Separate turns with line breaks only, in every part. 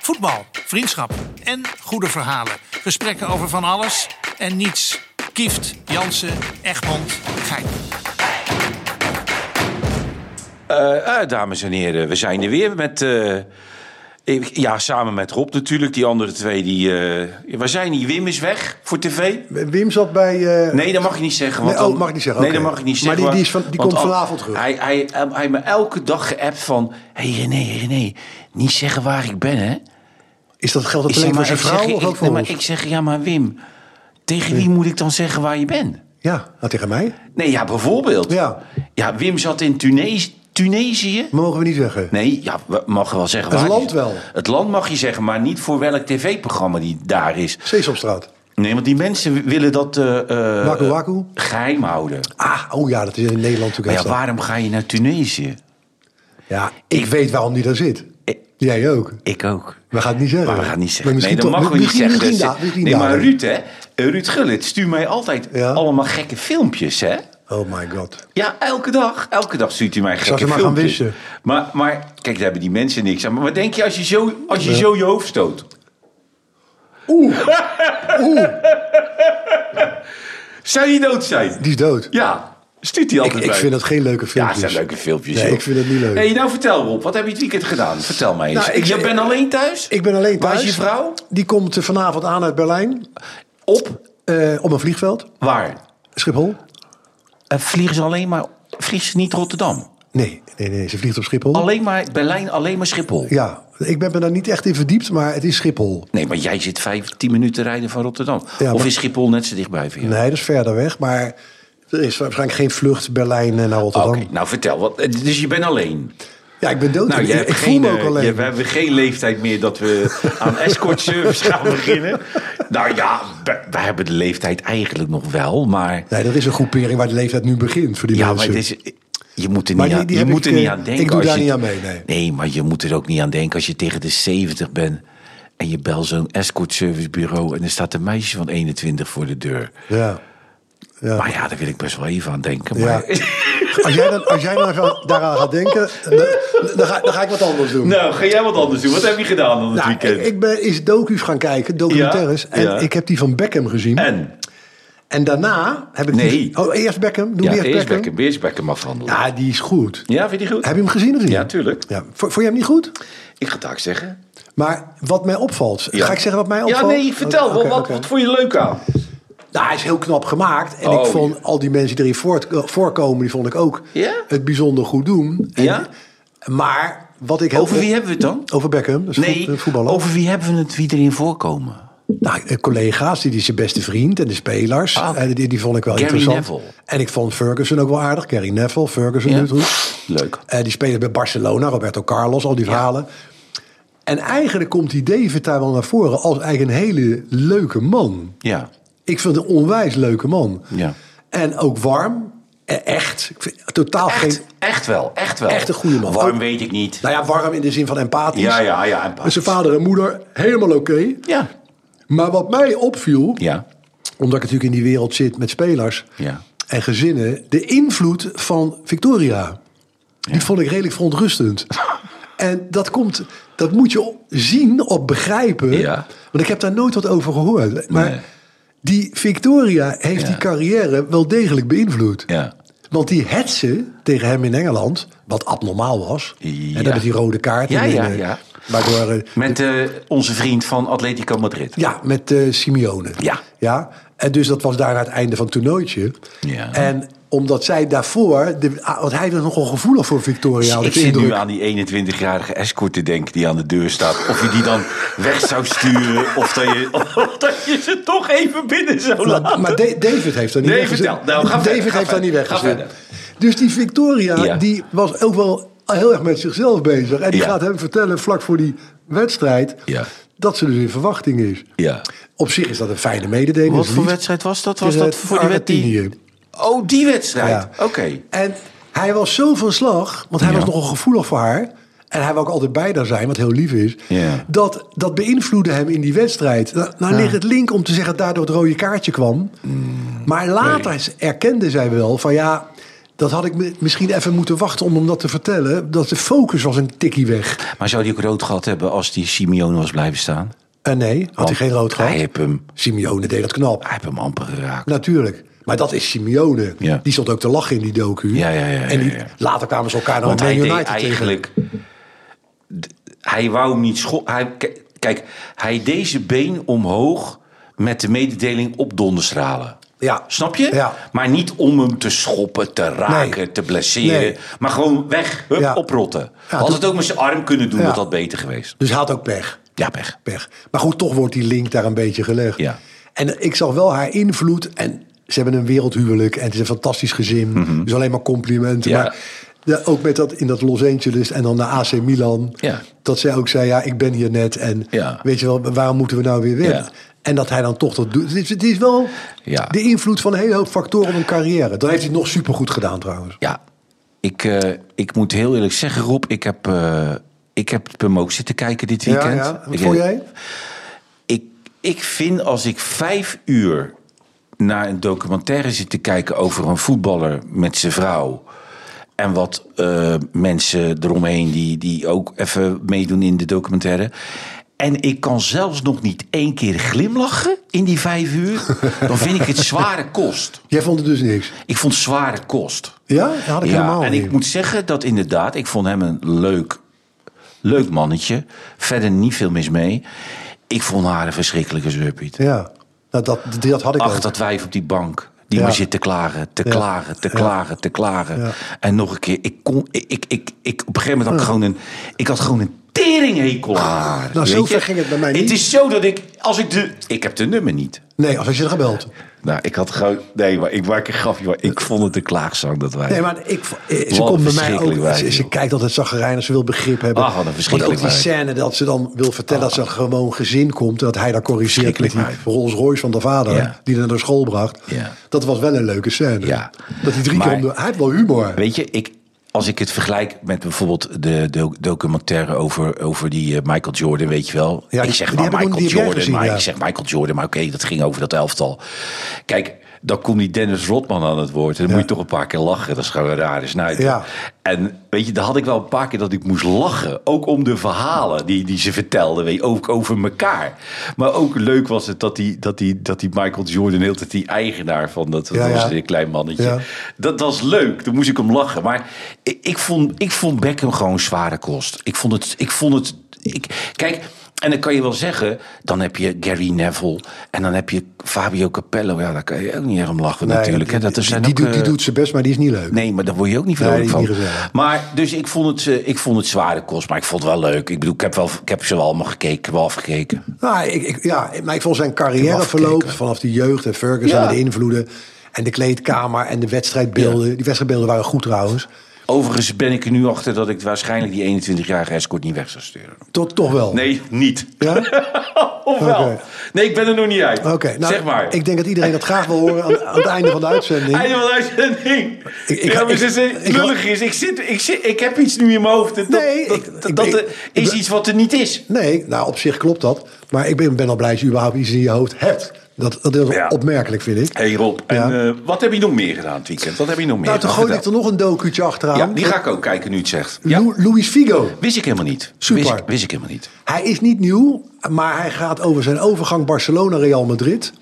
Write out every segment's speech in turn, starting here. Voetbal, vriendschap en goede verhalen. Gesprekken over van alles en niets. Kieft, Jansen, Egmond, Gein.
Eh, eh, dames en heren, we zijn er weer met. eh, ik- ja, samen met Rob natuurlijk. Die andere twee, die. eh, waar zijn die? Wim is weg voor tv.
Wim zat bij. eh,
Nee, dat mag je niet zeggen. Want
Nee, oh,
dan-
mag ik niet zeggen,
Nee,
oké.
dat mag ik niet
Maar
zeggen.
die- die is van- die
want
komt
al-
vanavond terug.
Hij, hij, hij, heeft me elke dag geappt van... Hé hey, René, René, niet zeggen waar ik ben, hè.
Is dat geldt dat
Ik zeg,
alleen voor zijn
ik
vrouw
zeg,
of
ik-
ook voor
nee, maar
ons?
ik zeg, ja, maar Wim, tegen wie moet ik dan zeggen waar je bent?
Ja, nou, tegen mij.
Nee, ja, bijvoorbeeld.
Ja.
Ja, Wim zat in Tunes- Tunesië.
Maar mogen we niet zeggen.
Nee, ja, we mogen wel zeggen
Het
waar
land
die-
wel.
Het land mag je zeggen, maar niet voor welk tv-programma die daar is.
Sesamstraat.
Nee, want die mensen wi- willen dat eh, eh,
Waku Waku.
geheim houden.
Ah, oh ja, dat is in Nederland
Maar
natuurlijk
ja,
heel
waarom ga je naar Tunesië?
sterk. Ja, ik weet waarom die daar zit.
Ik-
Jij ook.
Ik ook.
We gaan het niet zeggen.
Maar we gaan het niet zeggen.
Maar
nee,
misschien
dat mag
toch-
we niet
misschien-
zeggen.
misschien
Dus-
daar- misschien
nee,
daar
maar
dan.
Ruud, hè? Eh, Ruud Gullit, stuur mij altijd
Ja.
allemaal gekke filmpjes, hè?
Oh my god.
Ja, elke dag. Elke dag stuurt u mij gekke
Zal ze maar gaan
filmpjes.
wissen.
Maar, maar kijk, daar hebben die mensen niks aan. Maar wat denk je als je zo, als je, zo je hoofd stoot?
Oeh,
Zou je dood zijn?
die is dood.
Ja, stuurt hij
Ik,
altijd
ik
bij.
vind dat geen leuke
Ja, het
filmpjes.
zijn leuke filmpjes.
Nee,
joh.
ik vind het niet leuk.
Hey, nou vertel Rob, wat heb je het weekend gedaan? Vertel mij eens.
Nou, ik-
je bent alleen thuis?
Ik ben alleen thuis.
Waar is je vrouw?
Die komt eh, vanavond aan uit Berlijn.
Op?
eh, op een vliegveld.
Waar?
Schiphol.
En Eh, vliegen ze alleen maar... Vliegen ze niet Rotterdam?
Nee, nee, nee. Ze vliegt op Schiphol.
Alleen maar Berlijn, alleen maar Schiphol?
Ja, ik ben me daar niet echt in verdiept, maar het is Schiphol.
Nee, maar jij zit vijf, tien minuten rijden van Rotterdam.
Ja,
of
maar-
is Schiphol net zo dichtbij voor jou?
Nee, dat is verder weg, maar er is waarschijnlijk geen vlucht Berlijn eh, naar
Oké,
Rotterdam.
nou vertel. Wat, eh, dus je bent alleen?
Ja, ik ben dood.
Nou,
ik
jij
ik
hebt
voel
geen,
me ook
eh,
alleen.
je- we hebben geen leeftijd meer dat we aan escort service gaan beginnen. Nou ja, we, we hebben de leeftijd eigenlijk nog wel, maar...
Nee, dat is een groepering waar de leeftijd nu begint voor die
Ja, maar
mensen.
het is, je moet er
Maar
niet,
die-
aan,
die
je
heb
moet
ik,
er niet
eh,
aan denken.
ik doe
als
daar
je-
niet aan mee, nee.
maar je moet er ook niet aan denken als je tegen de 70 bent... en je belt zo'n escort servicebureau... en er staat een meisje van 21 voor de deur.
Ja. Ja.
Maar ja, daar wil ik best wel even aan denken.
Ja.
Maar...
Als jij, dan, als jij dan gaan- daaraan gaat denken, dan, dan, ga, dan ga ik wat anders doen.
Nou, ga jij wat anders doen? Wat heb je gedaan dan het
Nou,
weekend?
ik, ik ben is docu's gaan kijken, documentaires.
Ja,
En
ja.
ik heb die van Beckham gezien. En,
En?
daarna heb ik
Nee.
die... Oh, eerst Beckham? Doe
Ja,
eerst
eerst
Beckham.
Beckham, eerst Beckham afhandelen.
Ja, die is goed.
Ja, vind je die goed?
Heb je hem gezien of niet?
Ja, tuurlijk.
Ja. Vond, vond jij hem niet goed?
Ik ga het ook zeggen.
Maar wat mij opvalt, ga ik zeggen wat mij opvalt?
Ja, nee, vertel.
Nou, Oké,
wat, wat,
oké.
wat vond je leuk aan?
Nou, hij is heel knap gemaakt. En
Oh,
ik vond al die mensen die erin voort- eh, voorkomen, die vond ik ook
Ja?
het bijzonder goed doen. En-
Ja?
Maar wat ik heel
Over wie hebben we het dan?
Over Beckham, dus
Nee,
voetballer.
over wie hebben we het, wie erin voorkomen?
Nou, eh, collega's, die, die is zijn beste vriend en de spelers.
Ah, oké.
Eh, die, die vond ik wel
Gary
interessant.
Neville.
En ik vond Ferguson ook wel aardig. Gary Neville, Ferguson
Ja.
doet het goed.
Leuk.
Eh, die spelen bij Barcelona, Roberto Carlos, al die verhalen. En eigenlijk komt die David daar wel naar voren als eigenlijk een hele leuke man.
Ja.
Ik vind het een onwijs leuke man.
Ja.
En ook warm. E- Echt. Ik vind totaal
Echt,
geen...
echt wel, echt wel.
Echt een goede man.
Warm
Ook-
weet ik niet.
Nou ja, warm in de zin van empathisch.
Ja, ja, ja, empathisch.
Dus zijn vader en moeder, helemaal oké.
Ja.
Maar wat mij opviel,
Ja.
omdat ik natuurlijk in die wereld zit met spelers
Ja.
en gezinnen, de invloed van Victoria. Die vond ik redelijk verontrustend. en dat komt, dat moet je op- zien, op begrijpen.
Ja.
Want ik heb daar nooit wat over gehoord. Maar
Nee.
die Victoria heeft
Ja.
die carrière wel degelijk beïnvloed.
Ja.
Want die hetsen tegen hem in Engeland, wat abnormaal was.
Ja.
En dan met die rode kaart.
Ja,
en,
ja,
eh,
ja.
Waardoor eh,
Met eh, onze vriend van Atletico Madrid.
ja, met eh, Simeone.
Ja.
ja. En dus dat was daarna het einde van het toernooitje.
Ja.
En omdat zij daarvoor... De, ah, want hij was nogal gevoelig voor Victoria. had
ik
ik
zit
de
nu
indruk.
aan die 21-jarige escort te denken die aan de deur staat. Of je die dan weg zou sturen. Of dat je, of dat je ze toch even binnen zou
Maar,
laten.
maar Da- David heeft daar niet
Nee,
weggezet.
vertel. Nou, ga verder,
David
ga
heeft daar
verder,
niet
ga
weggezet.
verder.
Dus die Victoria,
Ja.
die was ook wel heel erg met zichzelf bezig. En die
Ja.
gaat hem vertellen vlak voor die wedstrijd...
Ja.
dat ze dus in verwachting is.
Ja.
Op zich is dat een fijne mededeling.
Wat
is
voor
lief.
wedstrijd was dat?
Het
Was
is
dat
uit
voor die wet die...
Argentinië.
Oh, die wedstrijd. Oké.
Ja. En hij was zo van slag, want hij
Ja.
was nogal gevoelig voor haar. En hij wou ook altijd bij daar zijn, wat heel lief is.
Ja.
Dat, dat beïnvloedde hem in die wedstrijd. Nou, nou ligt het link om te
Mm.
zeggen dat daardoor het rode kaartje kwam. maar later erkende zij wel van ja, Dat had ik mi- misschien even moeten wachten om hem dat te vertellen. Dat de focus was een tikkie weg.
Maar zou die ook rood gehad hebben als die Simeone was blijven staan?
En Eh, nee, had hij geen rood
Oh. Hij
gehad. Nou,
heeft hem,
Simeone deed dat knap.
hij heeft hem amper geraakt.
Natuurlijk. Maar dat is Simeone.
Ja.
Die stond ook te lachen in die docu.
Ja, ja, ja, ja,
en die,
ja, ja.
later kwamen ze elkaar naar
Want
Man
hij
United
deed
tegen.
eigenlijk... d- Hij wou hem niet scho- Hij, k- kijk, hij deed zijn been omhoog met de mededeling op donderstralen.
Ja.
Snap je?
Ja.
Maar niet om hem te schoppen, te raken,
Nee.
te blesseren.
Nee.
Maar gewoon weg, hup,
Ja.
oprotten.
Ja,
Had
toen-
het ook met zijn arm kunnen doen,
Ja.
had dat beter geweest.
Dus hij had ook pech.
Ja, pech.
pech. Maar goed, toch wordt die link daar een beetje gelegd.
Ja.
En ik zag wel haar invloed. En ze hebben een wereldhuwelijk. En het is een fantastisch gezin. Dus alleen maar complimenten.
Mhm. Ja.
Maar de- ook met dat in dat Los Angeles en dan naar AC Milan.
Ja.
Dat zij ook zei, ja, ik ben hier net. En
Ja.
weet je wel, waarom moeten we nou weer weg?
Ja.
En dat hij dan toch dat doet. Het is, het is wel
Ja.
de invloed van een hele hoop factoren op een carrière. Dat heeft hij nog supergoed gedaan trouwens.
Ja, ik, eh, ik moet heel eerlijk zeggen, Rob, ik heb, eh, ik heb hem ook zitten kijken dit
Ja,
weekend.
ja. Wat
Ik-
vond jij?
Ik, ik vind als ik vijf uur naar een documentaire zit te kijken over een voetballer met zijn vrouw. En wat eh, mensen eromheen die, die ook even meedoen in de documentaire. En ik kan zelfs nog niet één keer glimlachen in die vijf uur. Dan vind ik het zware kost.
Jij vond het dus niks.
Ik vond het zware kost.
Ja? Dat had ik
Oh, Ja,
helemaal
en
niet.
ik moet zeggen dat inderdaad, ik vond hem een leuk, leuk mannetje. Verder niet veel mis mee. Ik vond haar een verschrikkelijke zeurpiet.
Ja. Nou, dat, dat had ik
Ach,
ook.
dat wijf op die bank. Die
Ja.
maar zit te klagen, te
Ja.
klagen, te
Ja.
klagen, te klagen.
Ja.
En nog een keer, ik kon, ik, ik, ik, ik- op een gegeven moment had ik gewoon een, ik had gewoon een teringhekel aan haar.
Nou, zo
weet je.
ver ging het bij mij niet.
Het is zo dat ik, als ik de, ik heb de nummer niet.
Nee, als had je er gebeld.
Nou, ik had gewoon, nee, maar ik maak een grapje, maar ik vond het een klaagzang dat wij.
Nee, maar ik, eh, ze
Wat
komt bij mij
verschrikkelijk
ook. Ze,
wijf,
ze
joh.
kijkt altijd zagrijnig, ze wil begrip hebben.
Ah, wat een verschrikkelijk
Want ook die
wijf.
scène dat ze dan wil vertellen dat ze gewoon gezin komt. Dat hij daar corrigeert met die
Verschrikkelijk wijf.
Rolls Royce van de vader.
Ja.
Die naar de school bracht.
Ja.
Dat was wel een leuke scène.
Ja.
Dat hij drie
Maar-
keer om de... Hij heeft wel humor.
Weet je, ik, als ik het vergelijk met bijvoorbeeld de doc- documentaire over, over die eh, Michael Jordan, weet je wel.
Ja,
ik
die-
zeg
die
maar
heb ik ook-
Michael
die heb jij
Jordan,
gezien,
maar
ja.
ik zeg Michael Jordan, maar oké, dat ging over dat elftal. Kijk, dan komt die Dennis Rodman aan het woord. En dan moet je toch een paar keer lachen. Dat is gewoon een rare snuiter.
Ja.
En weet je, daar had ik wel een paar keer dat ik moest lachen. Ook om de verhalen die, die ze vertelden. Weet je, ook over elkaar. Maar ook leuk was het dat die, dat die, dat die Michael Jordan... heel de tijd die eigenaar van dat, dat
Ja,
was
ja.
een klein mannetje.
Ja.
Dat was leuk, toen moest ik om lachen. Maar ik, ik, vond, ik vond Beckham gewoon zware kost. Ik vond het... Ik vond het ik, kijk, en dan kan je wel zeggen... dan heb je Gary Neville en dan heb je Fabio Capello. Ja, daar kan je ook niet erg om lachen
Nee,
natuurlijk. hè.
die,
Dat er
die-
zijn
die
ook,
doet, die
eh,
doet zijn best, maar die is niet leuk.
Nee, maar daar word je ook niet
Nee,
vrolijk
niet
van.
gezellig.
Maar dus ik vond, het, eh, ik vond het zware kost, maar ik vond het wel leuk. Ik bedoel, ik heb, wel, ik heb ze wel allemaal gekeken, wel afgekeken.
Nou, ik, ik, ja, maar ik vond zijn
hem
carrièreverloop
afgekeken.
vanaf die jeugd en Ferguson
Ja.
en de invloeden. En de kleedkamer en de wedstrijdbeelden. Die wedstrijdbeelden waren goed trouwens.
Overigens ben ik er nu achter dat ik waarschijnlijk die 21-jarige escort niet weg zou sturen.
Toch, toch wel.
Nee, niet.
Ja?
of wel?
Oké.
Nee, ik ben er nog niet uit.
Oké, nou,
zeg maar.
ik denk dat iedereen dat graag wil horen aan, aan het einde van de uitzending.
Einde van de uitzending.
Ik- ik-
ja, maar
ik-
ze- ze-
ik-
lullig is, ik, zit, ik, zit, ik heb iets nu in mijn hoofd. Dat,
Nee,
dat,
ik-
dat,
ik-
dat,
ik-
eh, is
ik-
iets wat er niet is.
Nee, nou op zich klopt dat. Maar ik ben, ben al blij dat je überhaupt iets in je hoofd hebt. Dat, dat is
Ja.
opmerkelijk, vind ik.
hey Rob, en,
Ja.
eh, wat heb je nog meer gedaan het weekend? Wat heb je nog meer
nou, toen
gedaan?
gooi ik
Vertel.
er nog een docuutje achteraan.
Ja, die ga ik ook kijken nu het zegt. Ja.
Lu- Luis Figo.
Wist ik helemaal niet.
Super.
Wist ik, wist ik helemaal niet.
Hij is niet nieuw, maar hij gaat over zijn overgang Barcelona-Real Madrid.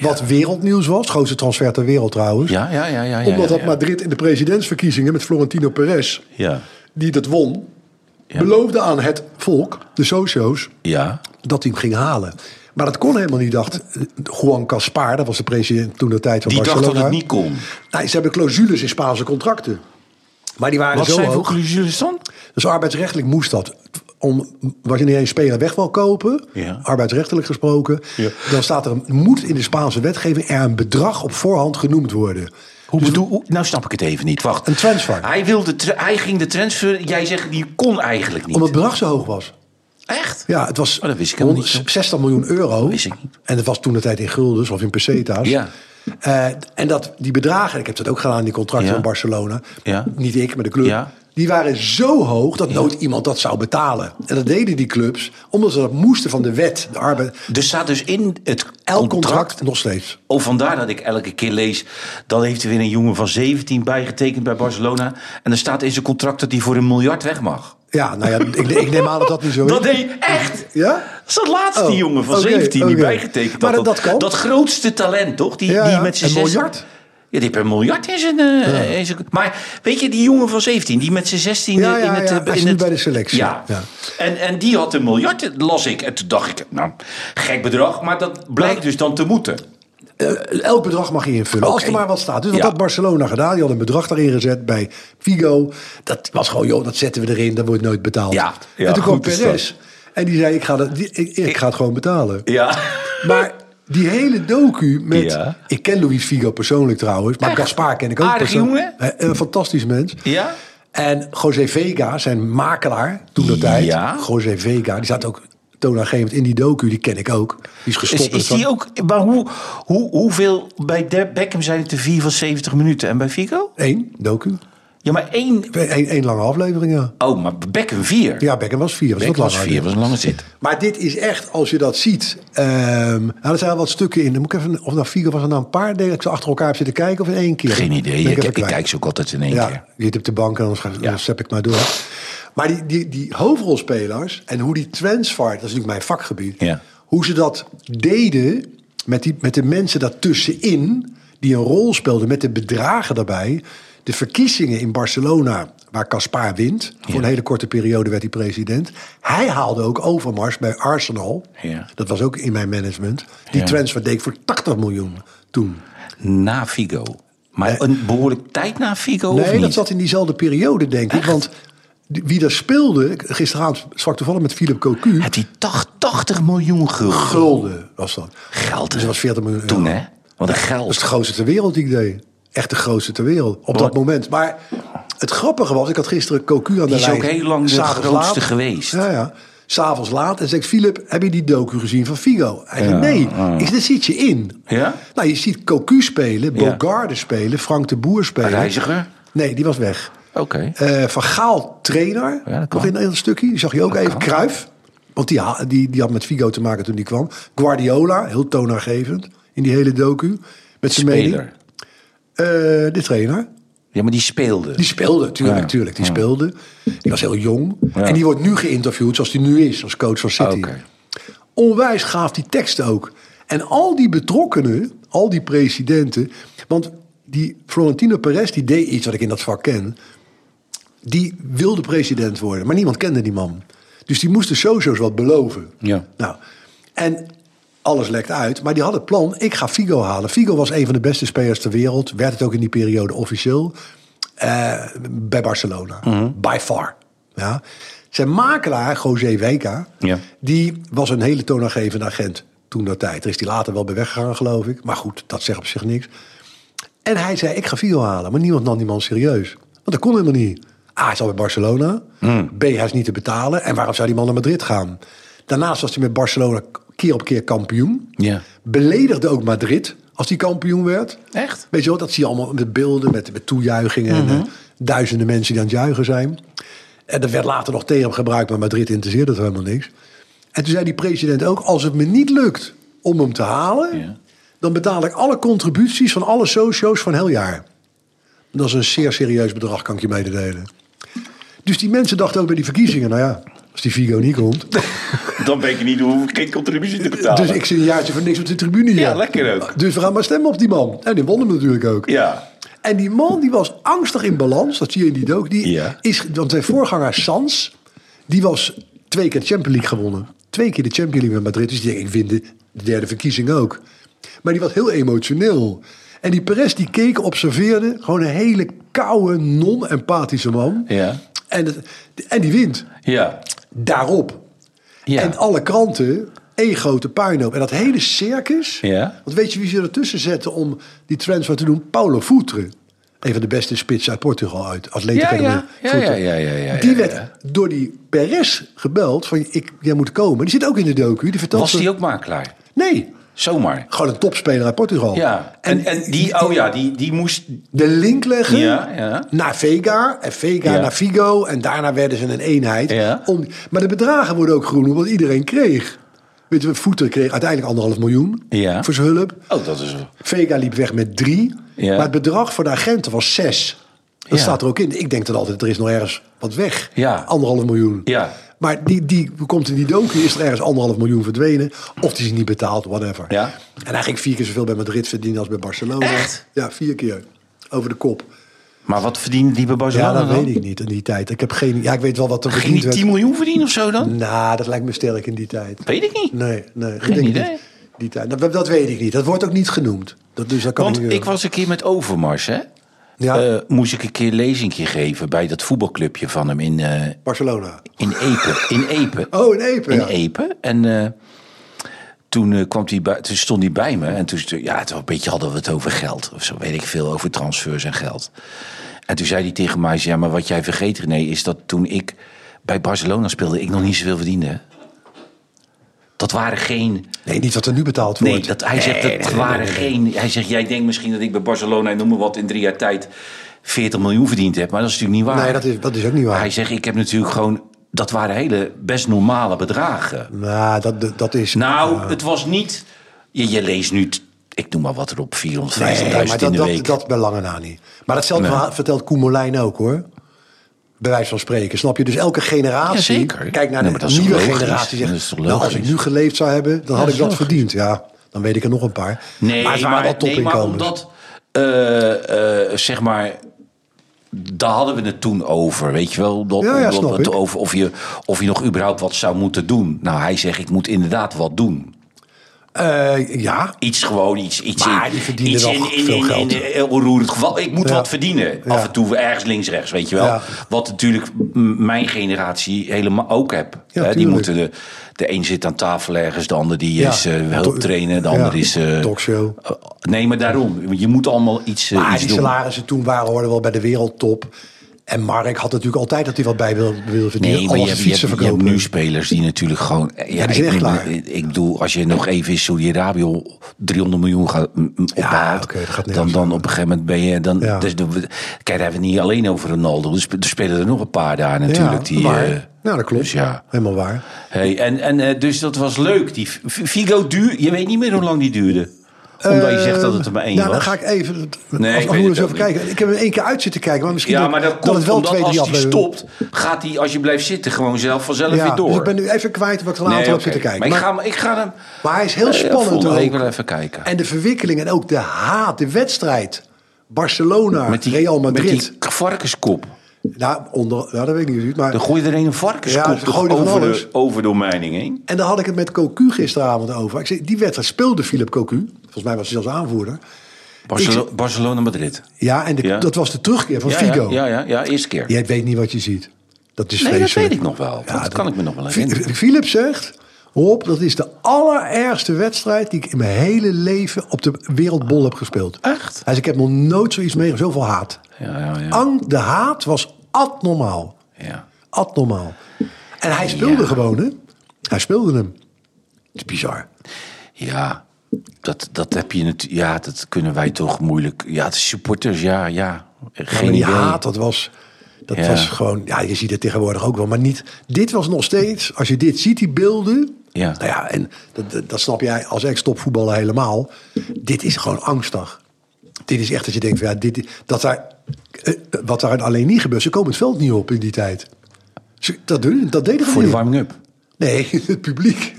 Wat wereldnieuws was. Grootste transfer ter wereld trouwens.
Ja, ja, ja. ja, ja
Omdat
ja,
dat
ja.
Madrid in de presidentsverkiezingen met Florentino Perez,
Ja.
die dat won, beloofde aan het volk, de socio's,
Ja.
dat hij hem ging halen. Maar dat kon helemaal niet, dacht eh, Juan Caspar, dat was de president toen de tijd van
Die dacht
Barcelona.
dat het niet kon.
Nou, ze hebben clausules in Spaanse contracten. Maar die waren
Wat
zo
zijn voor
hoog.
clausules dan?
Dus arbeidsrechtelijk moest dat. Om, wat je niet eens speler weg wil kopen,
Ja.
arbeidsrechtelijk gesproken,
Ja.
dan staat er, moet in de Spaanse wetgeving er een bedrag op voorhand genoemd worden.
Hoe bedoel, hoe- nou snap ik het even niet. Wacht.
Dus- Een transfer.
Hij, wilde tra- hij ging de transfer. Jij zegt die kon eigenlijk niet.
Omdat het bedrag zo hoog was.
Echt?
Ja, het was
Oh, dat wist ik helemaal niet,
60 miljoen euro.
wist ik niet.
En dat was toen de tijd in guldens of in peseta's.
Ja.
Eh, en dat, die bedragen, ik heb dat ook gedaan in die contracten
Ja.
van Barcelona.
Ja.
Niet ik, maar de club.
Ja.
Die Die waren zo hoog dat nooit iemand dat zou betalen. En dat deden die clubs omdat ze dat moesten van de wet. De arbeid.
Er staat dus in het
Elk
contract
contract nog steeds.
Oh, vandaar dat ik elke keer lees. Dan heeft er weer een jongen van 17 bijgetekend bij Barcelona. En er staat in zijn contract dat hij voor een miljard weg mag.
Ja, nou ja, ik, ik neem aan dat dat niet zo is.
Dat deed echt.
Ja?
Dat is dat laatste
Oh,
jongen van
oké,
17 die
oké.
bijgetekend
Maar
had.
dat- dat kan.
Dat grootste talent, toch? Die,
Ja,
die
ja.
met zijn
Een
zes-
miljard.
Ja, die heeft een miljard in zijn, eh, in zijn- Maar weet je, die jongen van 17, die met zijn 16
Ja, ja,
in het...
ja,
eh,
hij is
in
nu
het-
bij de selectie.
Ja.
Ja.
En, en die had een miljard, las ik. En toen dacht ik, nou, gek bedrag. Maar dat blijkt dus dan te moeten.
Eh, elk bedrag mag je invullen. Als er
Oké.
maar wat staat. Dus dat
Ja.
had Barcelona gedaan. Die had een bedrag daarin gezet bij Figo. Dat was gewoon, joh, dat zetten we erin. Dat wordt nooit betaald.
Ja, ja,
en toen kwam
goed is
Perez. En die zei, ik ga, dat, die- ik, ik ga het gewoon betalen.
Ja.
Maar die hele docu met...
Ja.
Ik ken Luis Figo persoonlijk trouwens. Maar
Echt?
Gaspar ken ik ook
Aardig
persoonlijk.
jongen.
Eh, Een fantastisch mens.
Ja?
En José Vega, zijn makelaar, toen dat tijd.
Ja.
José Vega, die zat ook toonaangevend in die docu. Die ken ik ook. Die is gestopt.
Is,
met
is die
van-
ook, maar hoe, hoe, hoeveel bij Deb Beckham zijn het er vier van 70 minuten en bij Figo?
Eén docu.
Ja, maar één.
Eén één lange aflevering, ja.
Oh, maar Beckham vier.
Ja, Beckham was vier. Was
Beckham
dat
was
langer?
vier, was een lange zit.
Maar dit is echt, als je dat ziet. ehm nou, er zijn wel wat stukken in. Dan moet ik even, of nou vier was er nou een paar delen. Ik ze achter elkaar heb zitten kijken of in één keer.
Geen idee.
Ben
Ik,
even
ik
kwijt.
kijk ze ook altijd in één
Ja,
keer.
je zit op de bank en dan ga- dan zap ik maar door. Maar die, die, die hoofdrolspelers en hoe die transfer, dat is natuurlijk mijn vakgebied,
Ja.
hoe ze dat deden met, die, met de mensen daartussenin, die een rol speelden, met de bedragen daarbij. De verkiezingen in Barcelona, waar Caspar wint, voor een hele korte periode werd hij president. Hij haalde ook Overmars bij Arsenal.
Ja.
Dat was ook in mijn management. Die
Ja.
transfer deed ik voor 80 miljoen toen.
Na Figo. Maar een behoorlijk tijd na Figo? of
Eh. Nee,
niet?
dat zat in diezelfde periode, denk ik. Want die- wie daar speelde, ik- gisteravond sprak toevallig met Philip Cocu.
Had hij 80 miljoen gulden?
Gulden was dat.
Geld,
Dus dat was 40 miljoen Dus-
Toen,
euro.
hè? Wat een
Dat is
geld.
de grootste ter wereld die ik deed. Echt de grootste ter wereld op dat moment. Maar het grappige was, ik had gisteren Cocu aan de
Die is
lijn.
ook heel lang de
s'avonds
grootste
laat.
geweest.
Ja, ja. S'avonds laat. En zei ik, Philip, heb je die docu gezien van Figo? Hij zei, nee. Ik zei, daar zit je in.
Ja?
Nou, je ziet Cocu spelen,
Ja.
Bogarde spelen, Frank de Boer spelen.
Reiziger?
Nee, die was weg.
Oké.
Eh, van Gaal trainer.
Ja, dat kan.
nog in een stukje. Die zag je ook even. Kruif. Want die, ha- die, die had met Figo te maken toen die kwam. Guardiola, heel toonaangevend in die hele docu. Met zijn mening.
Speler.
Eh, de trainer.
Ja, maar die speelde.
Die speelde, tuurlijk,
Ja.
tuurlijk. Die speelde. Die was heel jong.
Ja. Ah,
En die wordt nu geïnterviewd zoals die nu is, als coach van City.
Oké.
Onwijs gaaf die teksten ook. En al die betrokkenen, al die presidenten... Want die Florentino Perez, die deed iets wat ik in dat vak ken... die wilde president worden, maar niemand kende die man. Dus die moest de socio's wat beloven.
Ja.
Nou, en alles lekt uit, maar die had het plan: ik ga Figo halen. Figo was een van de beste spelers ter wereld, werd het ook in die periode officieel eh, bij Barcelona,
Mhm.
by far. Ja. Zijn makelaar, José Weka,
Ja.
die was een hele toonaangevende agent toen dat tijd. Er is die later wel bij weggegaan, geloof ik. Maar goed, dat zegt op zich niks. En hij zei, ik ga Figo halen. Maar niemand nam die man serieus. Want dat kon helemaal niet. A, hij is al bij Barcelona.
Mhm.
B, hij is niet te betalen. En waarom zou die man naar Madrid gaan? Daarnaast was hij met Barcelona keer op keer kampioen.
Ja.
Beledigde ook Madrid als hij kampioen werd.
Echt? Mhm.
Weet je wel, dat zie je allemaal met beelden, met, met toejuichingen. En eh, duizenden mensen die aan het juichen zijn. En dat werd later nog tegen hem gebruikt, maar Madrid interesseerde het helemaal niks. En toen zei die president ook, als het me niet lukt om hem te halen...
Ja.
dan betaal ik alle contributies van alle socio's van heel jaar. Dat is een zeer serieus bedrag, kan ik je mededelen. Dus die mensen dachten ook bij die verkiezingen, nou ja, als die Vigo niet komt...
Dan weet je niet hoe geen contributie te betalen.
dus ik zit een jaartje voor niks op de tribune hier.
Ja, lekker ook.
Dus we gaan maar stemmen op die man. En die won hem natuurlijk ook.
Ja.
En die man die was angstig in balans, dat zie je in die dook. Die
Ja.
is, want zijn voorganger Sans, die was twee keer de Champions League gewonnen. Twee keer de Champions League met Madrid. Dus die denkt, ik win de, de derde verkiezing ook. Maar die was heel emotioneel. En die Perez die keek, observeerde, gewoon een hele koude, non-empathische man.
Ja.
En, het- en die wint.
Ja.
Daarop.
Ja.
En alle kranten, één grote puinhoop. En dat hele circus.
Ja.
Want weet je wie ze ertussen zetten om die transfer te doen? Paulo Futre. Een van de beste spitsen uit Portugal, uit Atletico.
Ja, ja. Ja,
de-
ja,
Futre.
ja, ja, ja, ja,
Die
ja.
werd door die Perez gebeld van ik, jij moet komen. Die zit ook in de docu. Die vertelt
Was
ze-
die ook makelaar?
Nee,
Zomaar.
Gewoon een topspeler uit Portugal.
Ja. En, en die, oh ja, die, die moest.
de link leggen
Ja, ja.
naar Vega en Vega
Ja.
naar Figo en daarna werden ze een eenheid.
Ja.
Om, maar de bedragen worden ook groen, omdat iedereen kreeg. Weet je, Voeter kreeg uiteindelijk anderhalf miljoen
Ja.
voor zijn hulp.
Oh, dat is.
Vega liep weg met drie,
Ja.
maar het bedrag voor de agenten was zes. Dat
Ja.
staat er ook in. Ik denk dan altijd, er is nog ergens wat weg.
Ja.
Anderhalf miljoen.
Ja.
Maar die, die komt in die docu, is er ergens anderhalf miljoen verdwenen. Of die is niet betaald, whatever.
Ja.
En hij ging vier keer zoveel bij Madrid verdienen als bij Barcelona.
Echt?
Ja, vier keer. Over de kop.
Maar wat verdiende die bij Barcelona
Ja, dat
dan?
weet ik niet in die tijd. Ik heb geen... Ja, ik weet wel wat er
Ging
verdiend
die
werd.
10 miljoen verdienen of zo dan?
Nou, dat lijkt me sterk in die tijd.
Weet ik niet.
Nee, nee. ik
Geen
denk het
idee.
niet. Die tijd. Dat, dat weet ik niet. Dat wordt ook niet genoemd. Dat, dus dat kan
Want ik
niet-
was een keer met Overmars, hè?
Ja.
Eh, moest ik een keer een lezingje geven bij dat voetbalclubje van hem in, eh,
Barcelona.
in Epe. In Epe.
Oh, in Epe.
in
ja.
Epe. En eh, toen, eh, kwam die bij, toen stond hij bij me. En toen, ja, toen een beetje hadden we het over geld. Of zo weet ik veel, over transfers en geld. En toen zei hij tegen mij, ja, maar wat jij vergeet René... is dat toen ik bij Barcelona speelde... ik nog niet zoveel verdiende. hè. Dat waren geen...
Nee, niet dat er nu betaald wordt.
Nee, dat, hij zegt dat waren geen... Hij zegt, jij denkt misschien dat ik bij Barcelona... en noem maar wat, in drie jaar tijd 40 miljoen verdiend heb. Maar dat is natuurlijk niet waar.
Nee, dat is, dat is ook niet waar.
Hij zegt, ik heb natuurlijk gewoon... Dat waren hele best normale bedragen.
Nou, dat, dat is...
Nou,
eh,
het was niet. Je, je leest nu, t- ik noem maar wat erop, 450.000
nee, maar
in
dat,
de
dat,
week.
dat bij lange na niet. Maar datzelfde
Nee.
verhaal vertelt Koemelijn ook, hoor. Bij wijze van spreken, snap je? Dus elke generatie...
Jazeker.
Kijk naar
Nee, maar
de
dat is toch
nieuwe
logisch?
generatie. Zegt,
Dat is toch
nou, als ik
logisch?
nu geleefd zou hebben, dan
dat
had ik
is
dat
logisch.
verdiend. Ja, dan weet ik er nog een paar.
nee,
maar
maar,
het waren wel
nee, maar
topinkomens.
omdat, eh, eh, zeg maar, daar hadden we het toen over, weet je wel? Dat,
Ja, ja,
omdat
snap
we het
ik.
over of je, of je nog überhaupt wat zou moeten doen. Nou, hij zegt, ik moet inderdaad wat doen.
Eh, ja,
Iets gewoon, iets, iets
Maar
in...
die verdienen
iets
wel veel geld.
in een onroerend geval. Ik moet
Ja.
wat verdienen. Af
Ja.
en toe ergens links, rechts, weet je wel.
Ja.
Wat natuurlijk m- mijn generatie helemaal ook heb. Hè,
Ja,
die
tuurlijk.
moeten de, de een zit aan tafel ergens, de ander die
Ja.
is eh, hulp
To-
trainen, de
ja.
ander is... eh,
Talkshow.
eh, nee, maar daarom. Je moet allemaal iets, eh,
Maar
iets
die
doen.
salarissen toen waren hoorden wel bij de wereldtop. En Mark had natuurlijk altijd dat hij wat bij wil, wil verdienen.
Nee, maar je
als
hebt, je, hebt,
fietsen
je hebt
verkopen.
nu spelers die natuurlijk gewoon... Ja,
die zijn
ik,
echt
bedoel-
klaar.
ik bedoel, als je nog even in Saudi-Arabië 300 miljoen gaat mm, mm,
Ja,
ophaalt...
oké, dat gaat nergens
dan, dan op een gegeven moment ben je... Dan,
Ja.
dus, de- kijk, daar hebben we het niet alleen over Ronaldo. Er spe- er spelen er nog een paar daar natuurlijk.
Ja,
die,
waar.
eh,
ja, dat klopt.
Dus ja.
Helemaal waar.
Hey, en, en eh, dus dat was leuk. Die F- Figo duur... Je weet niet meer hoe lang die duurde. Omdat je zegt dat het er maar één
nou,
was.
dan ga ik even...
Nee,
als
ik
als
weet
we eens
het
over
ook
kijken. Ik heb er één keer uit zitten kijken. Maar misschien
Ja,
ook
maar dat,
dat
komt
het wel
omdat
twee,
als
drie
die
afleveringen...
stopt, gaat hij, als je blijft zitten, gewoon zelf vanzelf
Ja,
weer door.
dus ik ben nu even kwijt wat ik er een
Nee,
aantal heb
oké.
zitten kijken.
Maar,
Maar,
ik, ga, hem- ik ga hem...
maar hij is heel
Eh,
spannend
volgende
ook.
week wel even kijken.
En de verwikkeling en ook de haat, de wedstrijd. Barcelona,
met die,
Real Madrid.
Met die varkenskop.
Nou, onder, nou, dat weet ik niet. Maar
Dan gooi je er een varkenskop
Ja, ze
toch
gooiden van
over,
alles.
de, over de omheining heen.
En daar had ik het met Cocu gisteravond over. Ik zei, die wedstrijd speelde Philip Cocu. Volgens mij was hij zelfs aanvoerder.
Barcelo- Barcelona-Madrid.
Ja, en de-
Ja.
dat was de terugkeer van
Ja, ja,
Figo.
ja, ja, ja, eerste keer.
Jij weet niet wat je ziet. Dat is
nee, dat
vreselijk.
weet ik nog wel.
Ja,
dat kan ik me nog wel herinneren.
Fi- Philip zegt, Rob, dat is de allerergste wedstrijd... die ik in mijn hele leven op de wereldbol heb gespeeld.
Echt?
Hij zei, ik heb nog nooit zoiets meegemaakt. Zoveel haat.
Ja, ja, ja.
Ang, de haat was abnormaal.
ja.
Abnormaal. En hij speelde
Ja.
gewoon, hè? Hij speelde hem. Het is bizar.
Ja, dat, dat heb je natuurlijk... Ja, dat kunnen wij toch moeilijk... Ja, het is supporters, ja, ja. Geen
maar die
idee.
haat, dat was. Dat
Ja.
was gewoon, ja, je ziet het tegenwoordig ook wel, maar niet. Dit was nog steeds, als je dit ziet, die beelden.
Ja.
Nou ja, en dat, dat, dat snap jij als ex-topvoetballer helemaal. Dit is gewoon angstig. Dit is echt dat je denkt, van, ja, dit, dat daar, eh, wat daar alleen niet gebeurt. Ze komen het veld niet op in die tijd. Ze- Dat, doen, dat deden ze
Voor de
niet.
warming-up.
Nee, het publiek.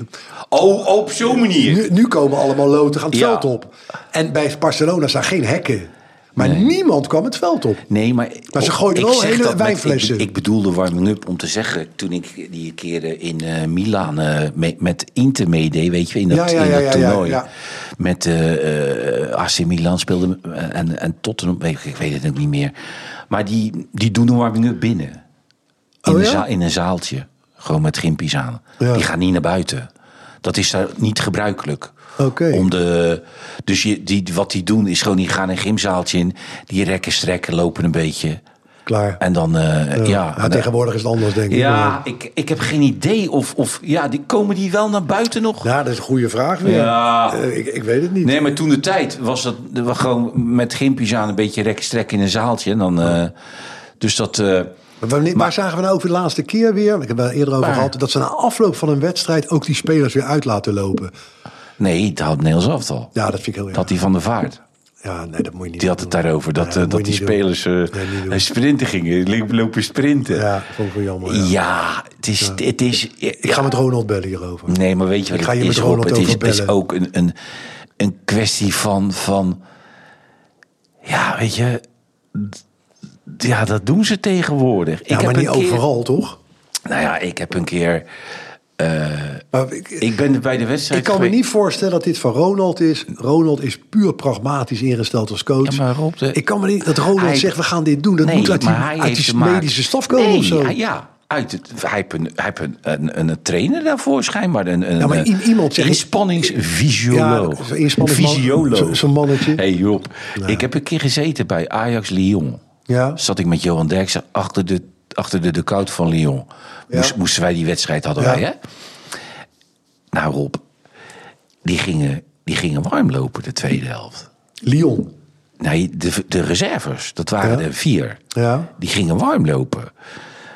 Oh, oh, op zo'n manier.
Nu, nu komen allemaal loten gaan het
Ja.
veld op. En bij Barcelona staan geen hekken. Maar niemand kwam het veld op.
Nee, maar,
Maar ze
op-
gooiden
ik
wel
zeg
hele
dat met-
wijnflessen.
ik, ik bedoelde warming-up om te zeggen... toen ik die keer eh, in eh Milaan eh, me- met Inter meedeed... weet je, in dat,
Ja, ja,
in
ja,
dat
ja, ja,
toernooi...
ja.
met eh, eh, AC Milan speelde eh, en, en Tottenham... weet Ik, ik weet het ook niet meer. Maar die, die doen een warming-up binnen. In,
Oh,
een
ja?
zaal- in een zaaltje. Gewoon met gimpies aan.
Ja.
Die gaan niet naar buiten. Dat is daar niet gebruikelijk.
Oké.
Om de, dus je, die, wat die doen is gewoon, die gaan een gymzaaltje in. Die rekken, strekken, lopen een beetje.
klaar.
En dan, eh,
Ja.
ja.
Ja, tegenwoordig is het anders, denk ik.
Ja, ik, ik heb geen idee of, of ja, die, komen die wel naar buiten nog?
Ja, Nou, dat is een goede vraag weer.
Ja.
Eh, ik, ik weet het niet.
Nee, maar toen de tijd was dat dat we gewoon met gimpjes aan een beetje rekstrek in een zaaltje. En dan, eh, dus dat... eh,
Maar wanneer- waar zagen we nou over de laatste keer weer? Ik heb het eerder over
Waar?
gehad. Dat ze na afloop van een wedstrijd ook die spelers weer uit laten lopen.
nee, dat houdt Nederlands aftal.
Ja, dat vind ik heel erg.
Dat die van de vaart.
Ja, nee, dat moet je niet
Die had
doen.
het daarover. Dat,
Ja,
eh,
moet
dat
je
die
niet doen.
spelers eh,
Nee, niet doen.
eh, sprinten gingen. li- Lopen sprinten.
Ja,
Ja,
dat vond ik wel jammer. ja.
het is... Het is
Ik ga met Ronald bellen hierover.
Nee, maar weet je wat
Ik ga
het
hier
is,
met Ronald
Rob? Het is,
over
het is
bellen.
ook een, een, een kwestie van, van... Ja, weet je... d- Ja, dat doen ze tegenwoordig.
ja, maar
een
niet
keer-
overal, toch?
Nou ja, ik heb een keer...
Maar ik, ik
Ik ben bij de wedstrijd
kan me
geweest-
niet voorstellen dat dit van Ronald is. Ronald is puur pragmatisch ingesteld als coach.
Ja, maar Rob, de-
Ik kan me niet dat Ronald
Hij-
zegt, we gaan dit doen. Dat
Nee,
moet uit die,
maar hij
uit
heeft
die
te maken-
medische staf komen
nee,
of zo.
hij- Ja, uit het, hij heeft, een, hij heeft een, een, een, een trainer daarvoor schijnbaar. Een, een,
Ja, maar
een
i- iemand zegt- Ja,
Inspanningsfysioloog.
zo'n inspanningsman-
Fysioloog.
zo- zo'n mannetje.
hey, Job, ik heb een keer gezeten bij Ajax Lyon.
Ja.
Zat ik met Johan Derksen achter de, achter de dugout van Lyon. Moest,
Ja.
Moesten wij die wedstrijd hadden
Ja.
wij, hè? Nou, Rob, die gingen, die gingen warm lopen de tweede helft.
Lyon.
Nee, de, de reserves, dat waren
Ja.
er vier.
Ja.
Die gingen warm lopen.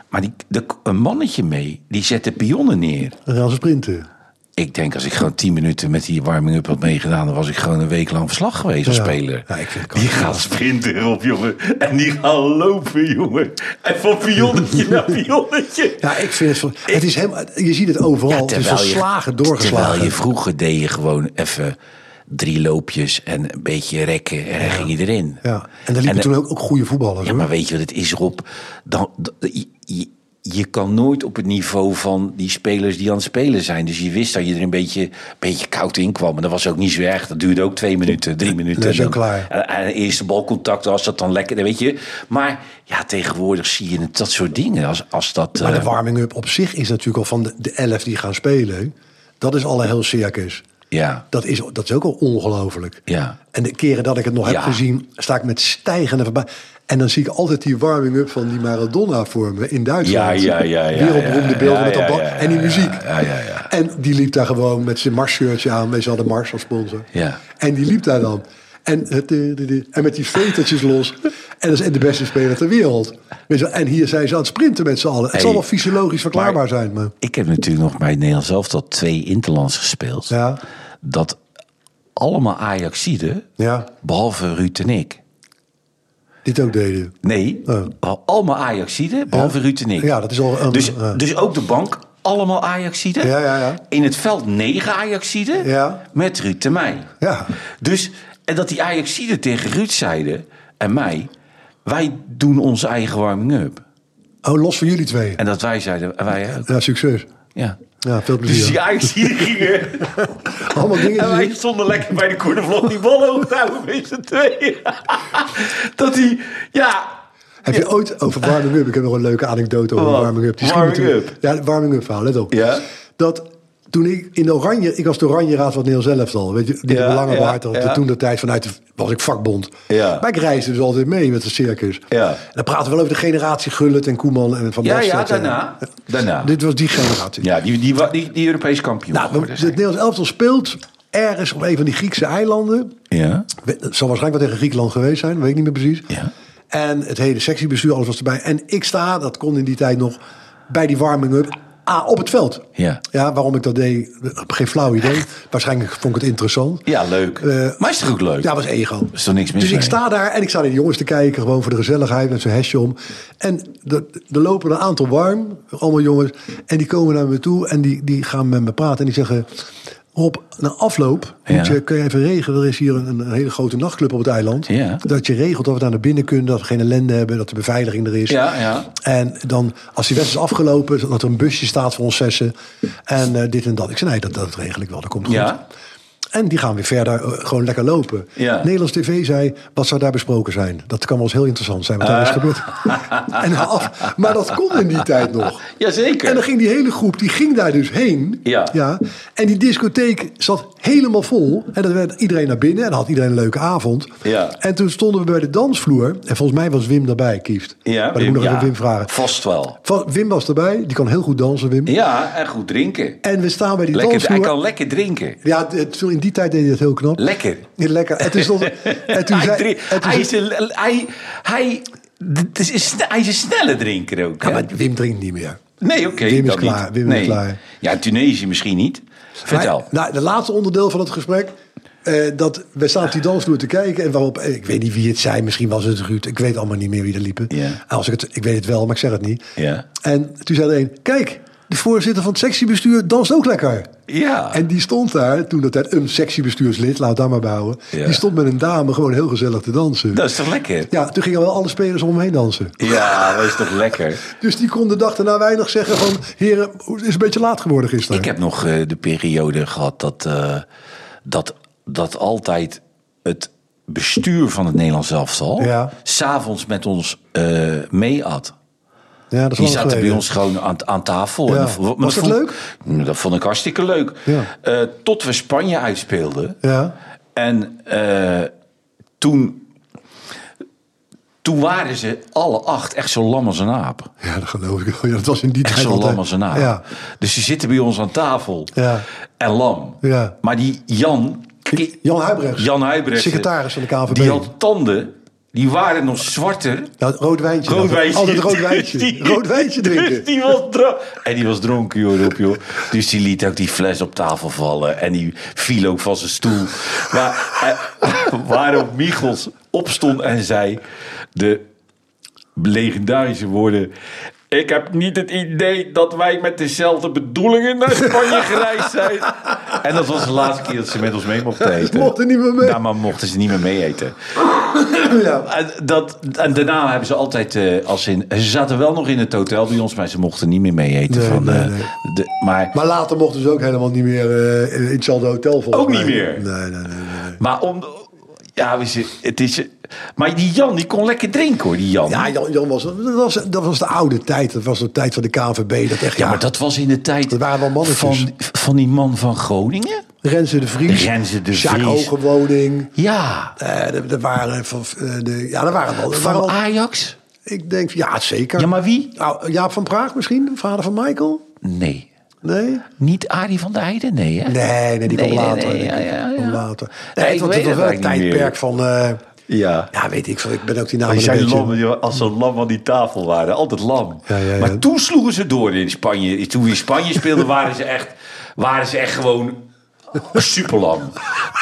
Maar die, er k- een mannetje mee, die zette pionnen neer.
Dan gaan ze sprinten.
Ik denk, als ik gewoon tien minuten met die warming-up had meegedaan... dan was ik gewoon een week lang verslag geweest als
Ja.
speler.
Ja, ik vind het ook
die gaat sprinten op, jongen. En die gaan lopen, jongen. En van pionnetje naar pionnetje.
Ja, ik vind het... van- Het is helemaal, je ziet het overal. het is verslagen,
Terwijl
doorgeslagen.
je vroeger deed je gewoon even drie loopjes en een beetje rekken. En dan ging je erin.
ja. En er liepen
de-
toen ook, ook goede voetballers.
Ja,
hoor.
maar weet je wat het is, Rob? Dan, dan- je, je kan nooit op het niveau van die spelers die aan het spelen zijn. Dus je wist dat je er een beetje, beetje koud in kwam. En dat was ook niet zo erg. Dat duurde ook twee minuten, drie minuten.
dat is
En
ook
dan-
klaar.
En, en de eerste balcontact was dat dan lekker, weet je. Maar ja, tegenwoordig zie je het, dat soort dingen. Als, als dat,
Maar
eh,
de warming-up op zich is natuurlijk al van de- de elf die gaan spelen. Dat is al een heel circus.
ja,
Dat is, dat is ook al ongelooflijk.
ja.
En de keren dat ik het nog
Ja.
heb gezien, sta ik met stijgende voorbij. En dan zie ik altijd die warming-up van die Maradona voor me in
Ja,
Duitsland.
ja, ja, ja,
Wereldberoemde
ja,
beelden
ja,
met dat
ja,
bal
ja, ja,
en die
ja,
muziek.
ja, ja, ja.
En die liep daar gewoon met zijn Mars-shirtje aan. Wij hadden Mars als sponsor.
Ja.
En die liep daar dan. En, het, eh, de- de- en met die vetertjes los. En dat is de beste speler ter wereld. Weet je wel, En hier zijn ze aan het sprinten met z'n allen. Het zal
Hey,
wel fysiologisch verklaarbaar zijn. Maar,
Ik heb natuurlijk nog bij het Nederlands elftal twee interlands gespeeld.
ja,
Dat allemaal Ajaxiden,
ja,
behalve Ruud en ik...
dit ook deden.
Nee,
Oh.
al- allemaal Ajaxiden, behalve
Ja.
Ruud en ik.
Ja, dat is al een-
dus,
ja.
dus ook de bank, allemaal Ajaxiden.
Ja, ja, ja.
In het veld negen Ajaxiden
Ja.
met Ruud en mij.
Ja.
Dus, en dat die Ajaxiden tegen Ruud zeiden en mij... wij doen onze eigen warming-up.
Oh, los van jullie twee.
En dat wij zeiden, en wij ook.
Ja, succes.
Ja.
Ja, veel plezier.
Dus die Ajaxiden gingen...
Allemaal dingen
en
die-
wij stonden lekker bij de cornervlog die bal hoog te houden met z'n tweeën. dat die, ja...
Heb je ooit over warming up? Ik heb nog een leuke anekdote over
Wat?
warming up. schiet
Warming
natuurlijk-
up?
Ja, de warming up verhaal, let op.
Ja.
Dat toen ik in de Oranje, ik was de Oranje Raad van Nederland zelf al. Weet je, die
Ja,
belangen
ja,
waard had.
ja.
Toen de tijd vanuit de, was ik vakbond.
Ja.
Maar ik reisde dus altijd mee met de circus.
Ja.
En dan praten we wel over de generatie Gullit en Koeman en Van
Ja,
Basten.
ja, daarna. Daarna.
Dit was die generatie.
Ja, die, die, die, die Europees kampioen.
Nou, het
geworden zijn.
Nederlands elftal speelt ergens op een van die Griekse eilanden.
Ja.
We- Het zal waarschijnlijk wel tegen Griekenland geweest zijn, weet ik niet meer precies.
Ja.
En het hele sectiebestuur, alles was erbij. En ik sta, dat kon in die tijd nog, bij die warming-up ah, op het veld.
Ja.
ja. Waarom ik dat deed, eh, geen flauw idee. Waarschijnlijk vond ik het interessant.
ja, leuk.
Eh,
maar is toch ook leuk?
Ja, was ego.
Is er niks mis
Dus ik
mee?
sta daar en ik sta naar die jongens te kijken, gewoon voor de gezelligheid met zo'n hesje om. En er er lopen een aantal warm, allemaal jongens. En die komen naar me toe en die, die gaan met me praten. En die zeggen: Rob, na afloop moet
Ja.
je, kun je even regelen. Er is hier een, een hele grote nachtclub op het eiland.
Ja.
Dat je regelt dat we daar naar binnen kunnen, dat we geen ellende hebben, dat de beveiliging er is.
Ja, ja.
En dan, als die wedstrijd is afgelopen, dat er een busje staat voor ons zessen. En eh, dit en dat. Ik zei: Nee, dat, dat regel ik wel, dat komt goed.
Ja.
En die gaan weer verder eh, gewoon lekker lopen.
Ja.
Nederlands TV zei, wat zou daar besproken zijn? Dat kan wel eens heel interessant zijn, wat daar is
Eh.
gebeurd. en nou af. Maar dat kon in die tijd nog.
Jazeker.
En dan ging die hele groep, die ging daar dus heen.
Ja.
En die discotheek zat helemaal vol. En dan werd iedereen naar binnen en dan had iedereen een leuke avond.
Ja.
En toen stonden we bij de dansvloer. En volgens mij was Wim daarbij, Kieft.
Ja,
maar dan moet ik nog
ja,
even Wim vragen.
Vast wel.
Van- Wim was erbij, die kan heel goed dansen, Wim.
Ja, en goed drinken.
En we staan bij die
Lekker, hij
dansvloer.
kan lekker drinken.
Ja, het- toen in die tijd deed hij dat heel knap.
Lekker.
Ja, lekker. En toen stond- en toen
Hij
zei...
drink-
en toen
hij is een- hij- hij- dit is- is- Hij is een snelle drinker ook.
Ja,
hè?
maar Wim drinkt niet meer.
Nee, oké.
Wim is
dan
klaar,
niet.
Wim is
nee.
klaar.
Ja, Tunesië misschien niet. Vertel.
Maar, nou, de laatste onderdeel van het gesprek. eh, dat we staan op die dansvloer te kijken. En waarop, eh, ik weet niet wie het zei, misschien was het Ruud. Ik weet allemaal niet meer wie er liepen.
Ja.
En Als ik, het, ik weet het wel, maar ik zeg het niet.
Ja.
En toen zei er een, kijk, de voorzitter van het sectiebestuur danst ook lekker.
Ja.
Nou, En die stond daar, toen dat tijd een sectiebestuurslid, laat daar maar bij houden.
Ja.
Die stond met een dame gewoon heel gezellig te dansen.
Dat is toch lekker?
Ja, toen gingen wel alle spelers om hem heen dansen.
Ja, dat is toch lekker?
Dus die kon de dag daarna weinig zeggen van... heren, het is een beetje laat geworden gisteren.
Ik heb nog eh, de periode gehad dat, eh, dat, dat altijd het bestuur van het Nederlands elftal...
Ja.
s'avonds met ons eh mee at.
ja, dat is
Die
lang
zaten bij
geleden.
ons gewoon aan, aan tafel.
Ja.
En vo- maar
Was dat
vond-
leuk?
Mm, Dat vond ik hartstikke leuk.
Ja.
Eh, tot we Spanje uitspeelden.
Ja.
En eh, toen, toen waren ze alle acht echt zo lam als een aap.
Ja, dat geloof ik wel. Ja, dat was in die
Echt
tijd
zo
altijd-
lam als een aap.
Ja,
Dus ze zitten bij ons aan tafel.
Ja.
En lam.
Ja.
Maar die Jan...
Jan Huibrechts.
Jan Huibrechts.
Secretaris van de KNVB.
Die had tanden. Die waren nog zwarter
nou, het rood wijntje.
Rood
dan.
wijntje.
Altijd rood wijntje.
Die-
rood wijntje
Dus
drinken.
die was dronken. En die was dronken, joh, Rob, joh. Dus die liet ook die fles op tafel vallen. En die viel ook van zijn stoel. Maar, eh, waarop Michels opstond en zei... De legendarische woorden... Ik heb niet het idee dat wij met dezelfde bedoelingen naar Spanje gereisd zijn. En dat was de laatste keer dat ze met ons mee mochten eten.
Ze mochten niet meer mee.
Ja, maar mochten ze niet meer mee eten.
Ja.
En, Eh, dat, en daarna hebben ze altijd, eh, als in, ze zaten wel nog in het hotel bij ons, maar ze mochten niet meer mee eten.
Nee,
van,
nee,
eh,
nee.
De, maar, maar,
Maar later mochten ze ook helemaal niet meer eh, in hetzelfde hotel volgens
Ook niet
mij.
meer?
Nee, nee, nee. nee, nee.
om, ja, we ze- het is, maar die Jan, die kon lekker drinken hoor, die Jan.
Ja, Jan, Jan was, dat, was, dat was de oude tijd. Dat was de tijd van de KNVB. Dat echt, ja,
Ja, maar dat was in de tijd
Dat waren wel mannetjes.
van, van die man van Groningen.
Renze de Vries.
Renze de
Sjaak
Vries.
Hogewoning.
Ja,
Eh, er, er waren van, eh, de, ja, er waren wel. er waren
van
wel-
Ajax.
ik denk, ja, zeker.
Ja, maar wie?
Nou, Jaap van Praag misschien? Vader van Michael?
Nee,
Nee?
niet Arie van der Heijden, nee hè?
Nee, nee, die kwam
Nee, nee,
later.
nee,
denk
ja,
ik.
ja, ja.
Kwam later.
Nee,
Nee,
ik
het was
weet het
het was wel een
eigenlijk niet
tijdperk van... eh,
Ja.
ja, weet ik veel. Ik ben ook die naam
Die
een
zijn
beetje...
lam, joh, als ze lam aan die tafel waren. Altijd lam.
Ja, ja, ja.
Maar toen sloegen ze door in Spanje. Toen we in Spanje speelden, waren ze echt, waren ze echt gewoon superlam.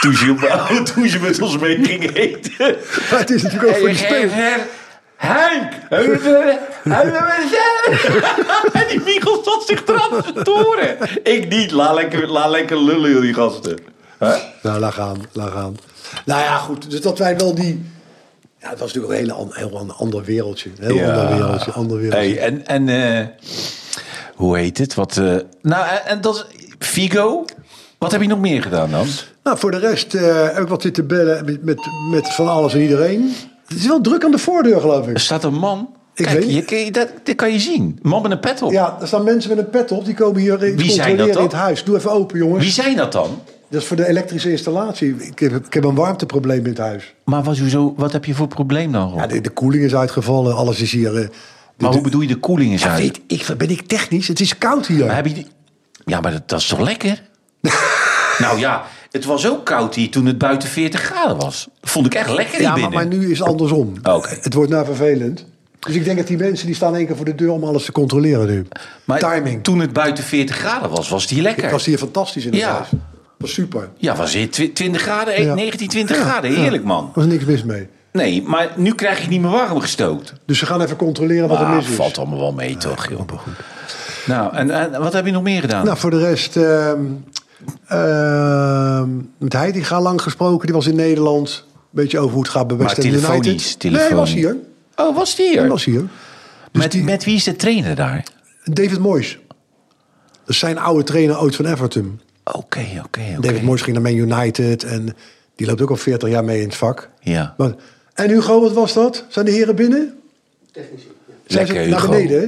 Toen ze, op- toen ze met ons mee gingen eten.
Maar het is natuurlijk ook voor die
Hey,
spelers.
hey, Henk! En die Michel zat zich eraan te storen. Ik niet. Laat lekker, laat lekker lullen, jullie gasten. Hè?
Nou, laat gaan, laat gaan. Nou ja, goed. Dus dat wij wel die... Ja, het was natuurlijk een hele an- heel an- ander wereldje. Een heel ander wereldje, ander wereldje.
Hey, en en eh, hoe heet het? Wat, eh, nou, en, en dat is Figo. Wat heb je nog meer gedaan dan?
Nou, voor de rest eh, heb ik wat zitten bellen met, met, met van alles en iedereen. Het is wel druk aan de voordeur, geloof
Er
ik.
staat een man.
Ik
Kijk,
weet-
je, kun je- dat, dit kan je zien. Een Man met een pet op.
Ja, er staan mensen met een pet op. Die komen hier iets
Wie zijn dat
controleren in
dan?
het huis. Doe even open, jongens.
Wie zijn dat dan?
Dat is voor de elektrische installatie. Ik heb, ik heb een warmteprobleem in het huis.
Maar wat, hoezo, wat heb je voor probleem dan? Rob?
Ja, de, de koeling is uitgevallen, alles is hier. eh, de-
maar hoe
de-
bedoel je de koeling is
Ja,
uit?
weet ik, ben ik technisch? Het is koud hier.
Maar heb je die- Ja, maar dat, dat is toch lekker? nou ja, het was ook koud hier toen het buiten 40 graden was. Dat vond ik echt lekker hier
ja, maar,
binnen. Oh,
maar nu is het andersom.
Oké.
Het wordt nou vervelend. Dus ik denk dat die mensen die staan één keer voor de deur om alles te controleren nu.
Maar
Timing.
toen het buiten 40 graden was, was het hier lekker.
Het was hier fantastisch in het
Ja.
huis. Was super.
Ja, was het twi- 20 graden? eh,
Ja.
19, 20 graden. Heerlijk, man.
Was niks mis mee.
Nee, maar nu krijg ik niet meer warm gestookt.
Dus ze gaan even controleren wat er
Ah,
mis is.
valt allemaal wel mee, toch? Joh. Nou, en, en wat heb je nog meer gedaan?
Nou, voor de rest. ehm ehm met Heitinga lang gesproken. Die was in Nederland. Een beetje over hoe het gaat bij West
Maar
Ham
telefonisch,
United.
telefonisch.
Nee, was hier.
oh, was die hier?
Hij was hier. Dus
met,
die-
met wie is de trainer daar?
David Moyes. Dat is zijn oude trainer ooit van Everton.
Oké, oké, oké.
David Moyes ging naar Man United. En die loopt ook al 40 jaar mee in het vak.
Ja.
Maar- en Hugo, wat was dat? Zijn de heren binnen? Zijn
Lekker,
ze naar
Hugo.
beneden? hè?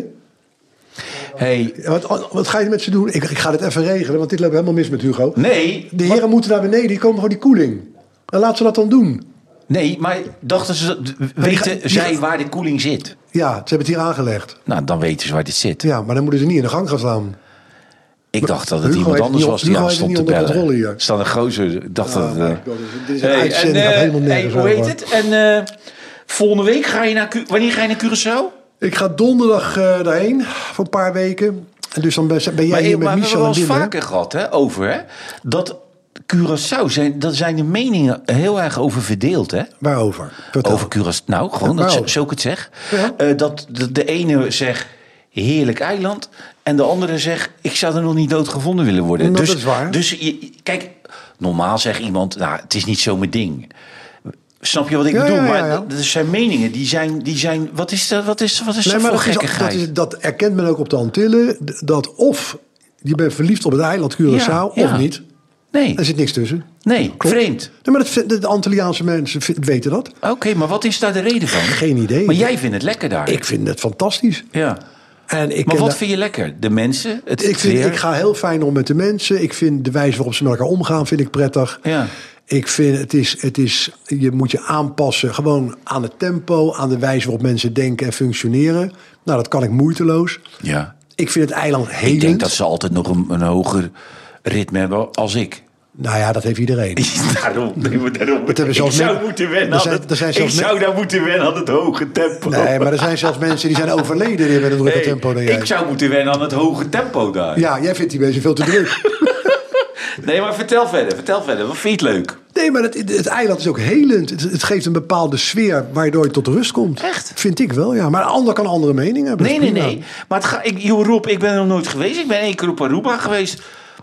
Hey,
Ja, Wat, wat ga je met ze doen? Ik, ik ga dit even regelen, want dit loopt helemaal mis met Hugo.
nee,
De heren moeten naar beneden, die komen gewoon die koeling. En laat ze dat dan doen.
nee, maar dachten ze, dat- weten
ga- die
zij
ga-
waar de koeling zit?
Ja, ze hebben het hier aangelegd.
Nou, dan weten ze waar dit zit.
Ja, maar dan moeten ze niet in de gang gaan staan.
Ik dacht dat het
Hugo
iemand
heeft
anders
niet-
was die
Hugo
aan
heeft
stond te
het niet onder
bellen.
controle hier.
Er staat een gozer. Ik dacht
Oh
dat...
my
eh,
God, dit is een
hey,
uitzending,
en,
gaat
eh,
helemaal nergens
hey, Hoe heet
over.
het? En eh, volgende week ga je naar... Cu- Wanneer ga je naar Curaçao?
Ik ga donderdag eh daarheen voor een paar weken. En Dus dan ben ben jij
Maar, maar
hier met
we hebben
Michel
wel
en
eens
Wim, hè?
vaker gehad hè, over... Hè, dat Curaçao, zijn, daar zijn de meningen heel erg over verdeeld. Hè?
Waarover? Vertel.
Over Curaçao. Nou, gewoon dat,
Waarover?
zo ik het zeg.
Ja.
Eh, dat, dat de ene zegt heerlijk eiland. En de andere zegt ik zou er nog niet dood gevonden willen worden.
Nou,
dus,
dat is waar.
Dus je, kijk, normaal zegt iemand, nou, het is niet zo mijn ding. Snap je wat ik
Ja,
bedoel?
ja, ja,
Maar
ja.
dat zijn meningen. Die zijn, die zijn wat is dat, wat is, wat is dat voor
dat, is,
gekkigheid?
dat, is, dat erkent men ook op de Antillen. d- Dat of je bent verliefd op het eiland Curaçao
Ja, ja.
of niet.
Nee,
Er zit niks tussen.
nee
Klopt.
vreemd.
Nee, maar dat, vind- de Antilliaanse mensen v- weten dat.
Oké, maar wat is daar de reden van?
Geen idee.
Maar jij vindt het lekker daar.
Ik vind het fantastisch.
ja.
En ik
Maar
ken
wat
daar-
vind je lekker? De mensen? Het
ik, vind,
weer?
ik ga heel fijn om met de mensen. Ik vind de wijze waarop ze met elkaar omgaan, vind ik prettig.
Ja.
Ik vind, het is, het is, je moet je aanpassen gewoon aan het tempo, aan de wijze waarop mensen denken en functioneren. Nou, dat kan ik moeiteloos.
Ja.
Ik vind het eiland
Ik denk
helend.
dat ze altijd nog een, een hoger ritme hebben als ik.
Nou ja, dat heeft iedereen.
daarom, nee, maar daarom.
hebben
Ik
zelfs
zou
men-
moeten wennen
er
aan
zijn-
het,
er zijn
ik
zelfs men-
zou daar moeten wennen aan het hoge tempo.
Nee, maar er zijn zelfs mensen die zijn overleden die hebben een drukker
Hey,
tempo dan jij.
ik zou moeten wennen aan het hoge tempo daar.
Ja, jij vindt die mensen veel te druk.
Nee, maar vertel verder, vertel verder. Wat vind je het leuk?
Nee, maar het, het eiland is ook helend. Het, het geeft een bepaalde sfeer waardoor je tot rust komt.
Echt?
Vind ik wel, ja. Maar een ander kan een andere mening hebben.
Nee,
Dat
nee,
is prima.
nee. Maar het ga, ik, joh, Rob, ik ben er nog nooit geweest. Ik ben één keer op Aruba geweest.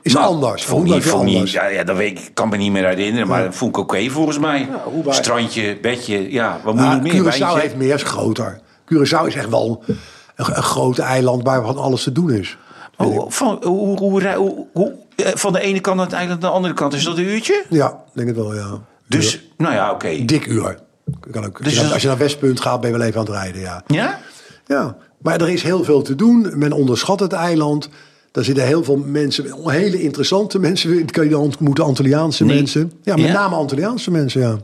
Nou,
Is anders.
Vond
Aruba
niet,
is
vond niet,
anders.
ja, ja, dat weet ik, ik kan me niet meer herinneren. Maar dat vond ik oké volgens mij.
Aruba-
Strandje, bedje, ja. Wat moet
Maar
je meer?
Curaçao
Wijntje?
heeft meer, is groter. Curaçao is echt wel een, een groot eiland waar van alles te doen is.
Hoe- van, hoe, hoe, rij- hoe- hoe- eh, van de ene kant naar het eiland naar de andere kant. Is dat een uurtje?
Ja, denk het wel, ja.
Dus, nou ja, oké.
Uur. Dik uur. Kan ook.
Dus
Als je-
dat-
als je naar Westpunt gaat, ben je wel even aan het rijden, ja.
Ja?
Ja, maar er is heel veel te doen. Men onderschat het eiland. Daar zitten heel veel mensen, hele interessante mensen. Kan je dan ontmoeten, Antilliaanse
Nee.
mensen. Ja, met
Ja?
name Antilliaanse mensen, ja.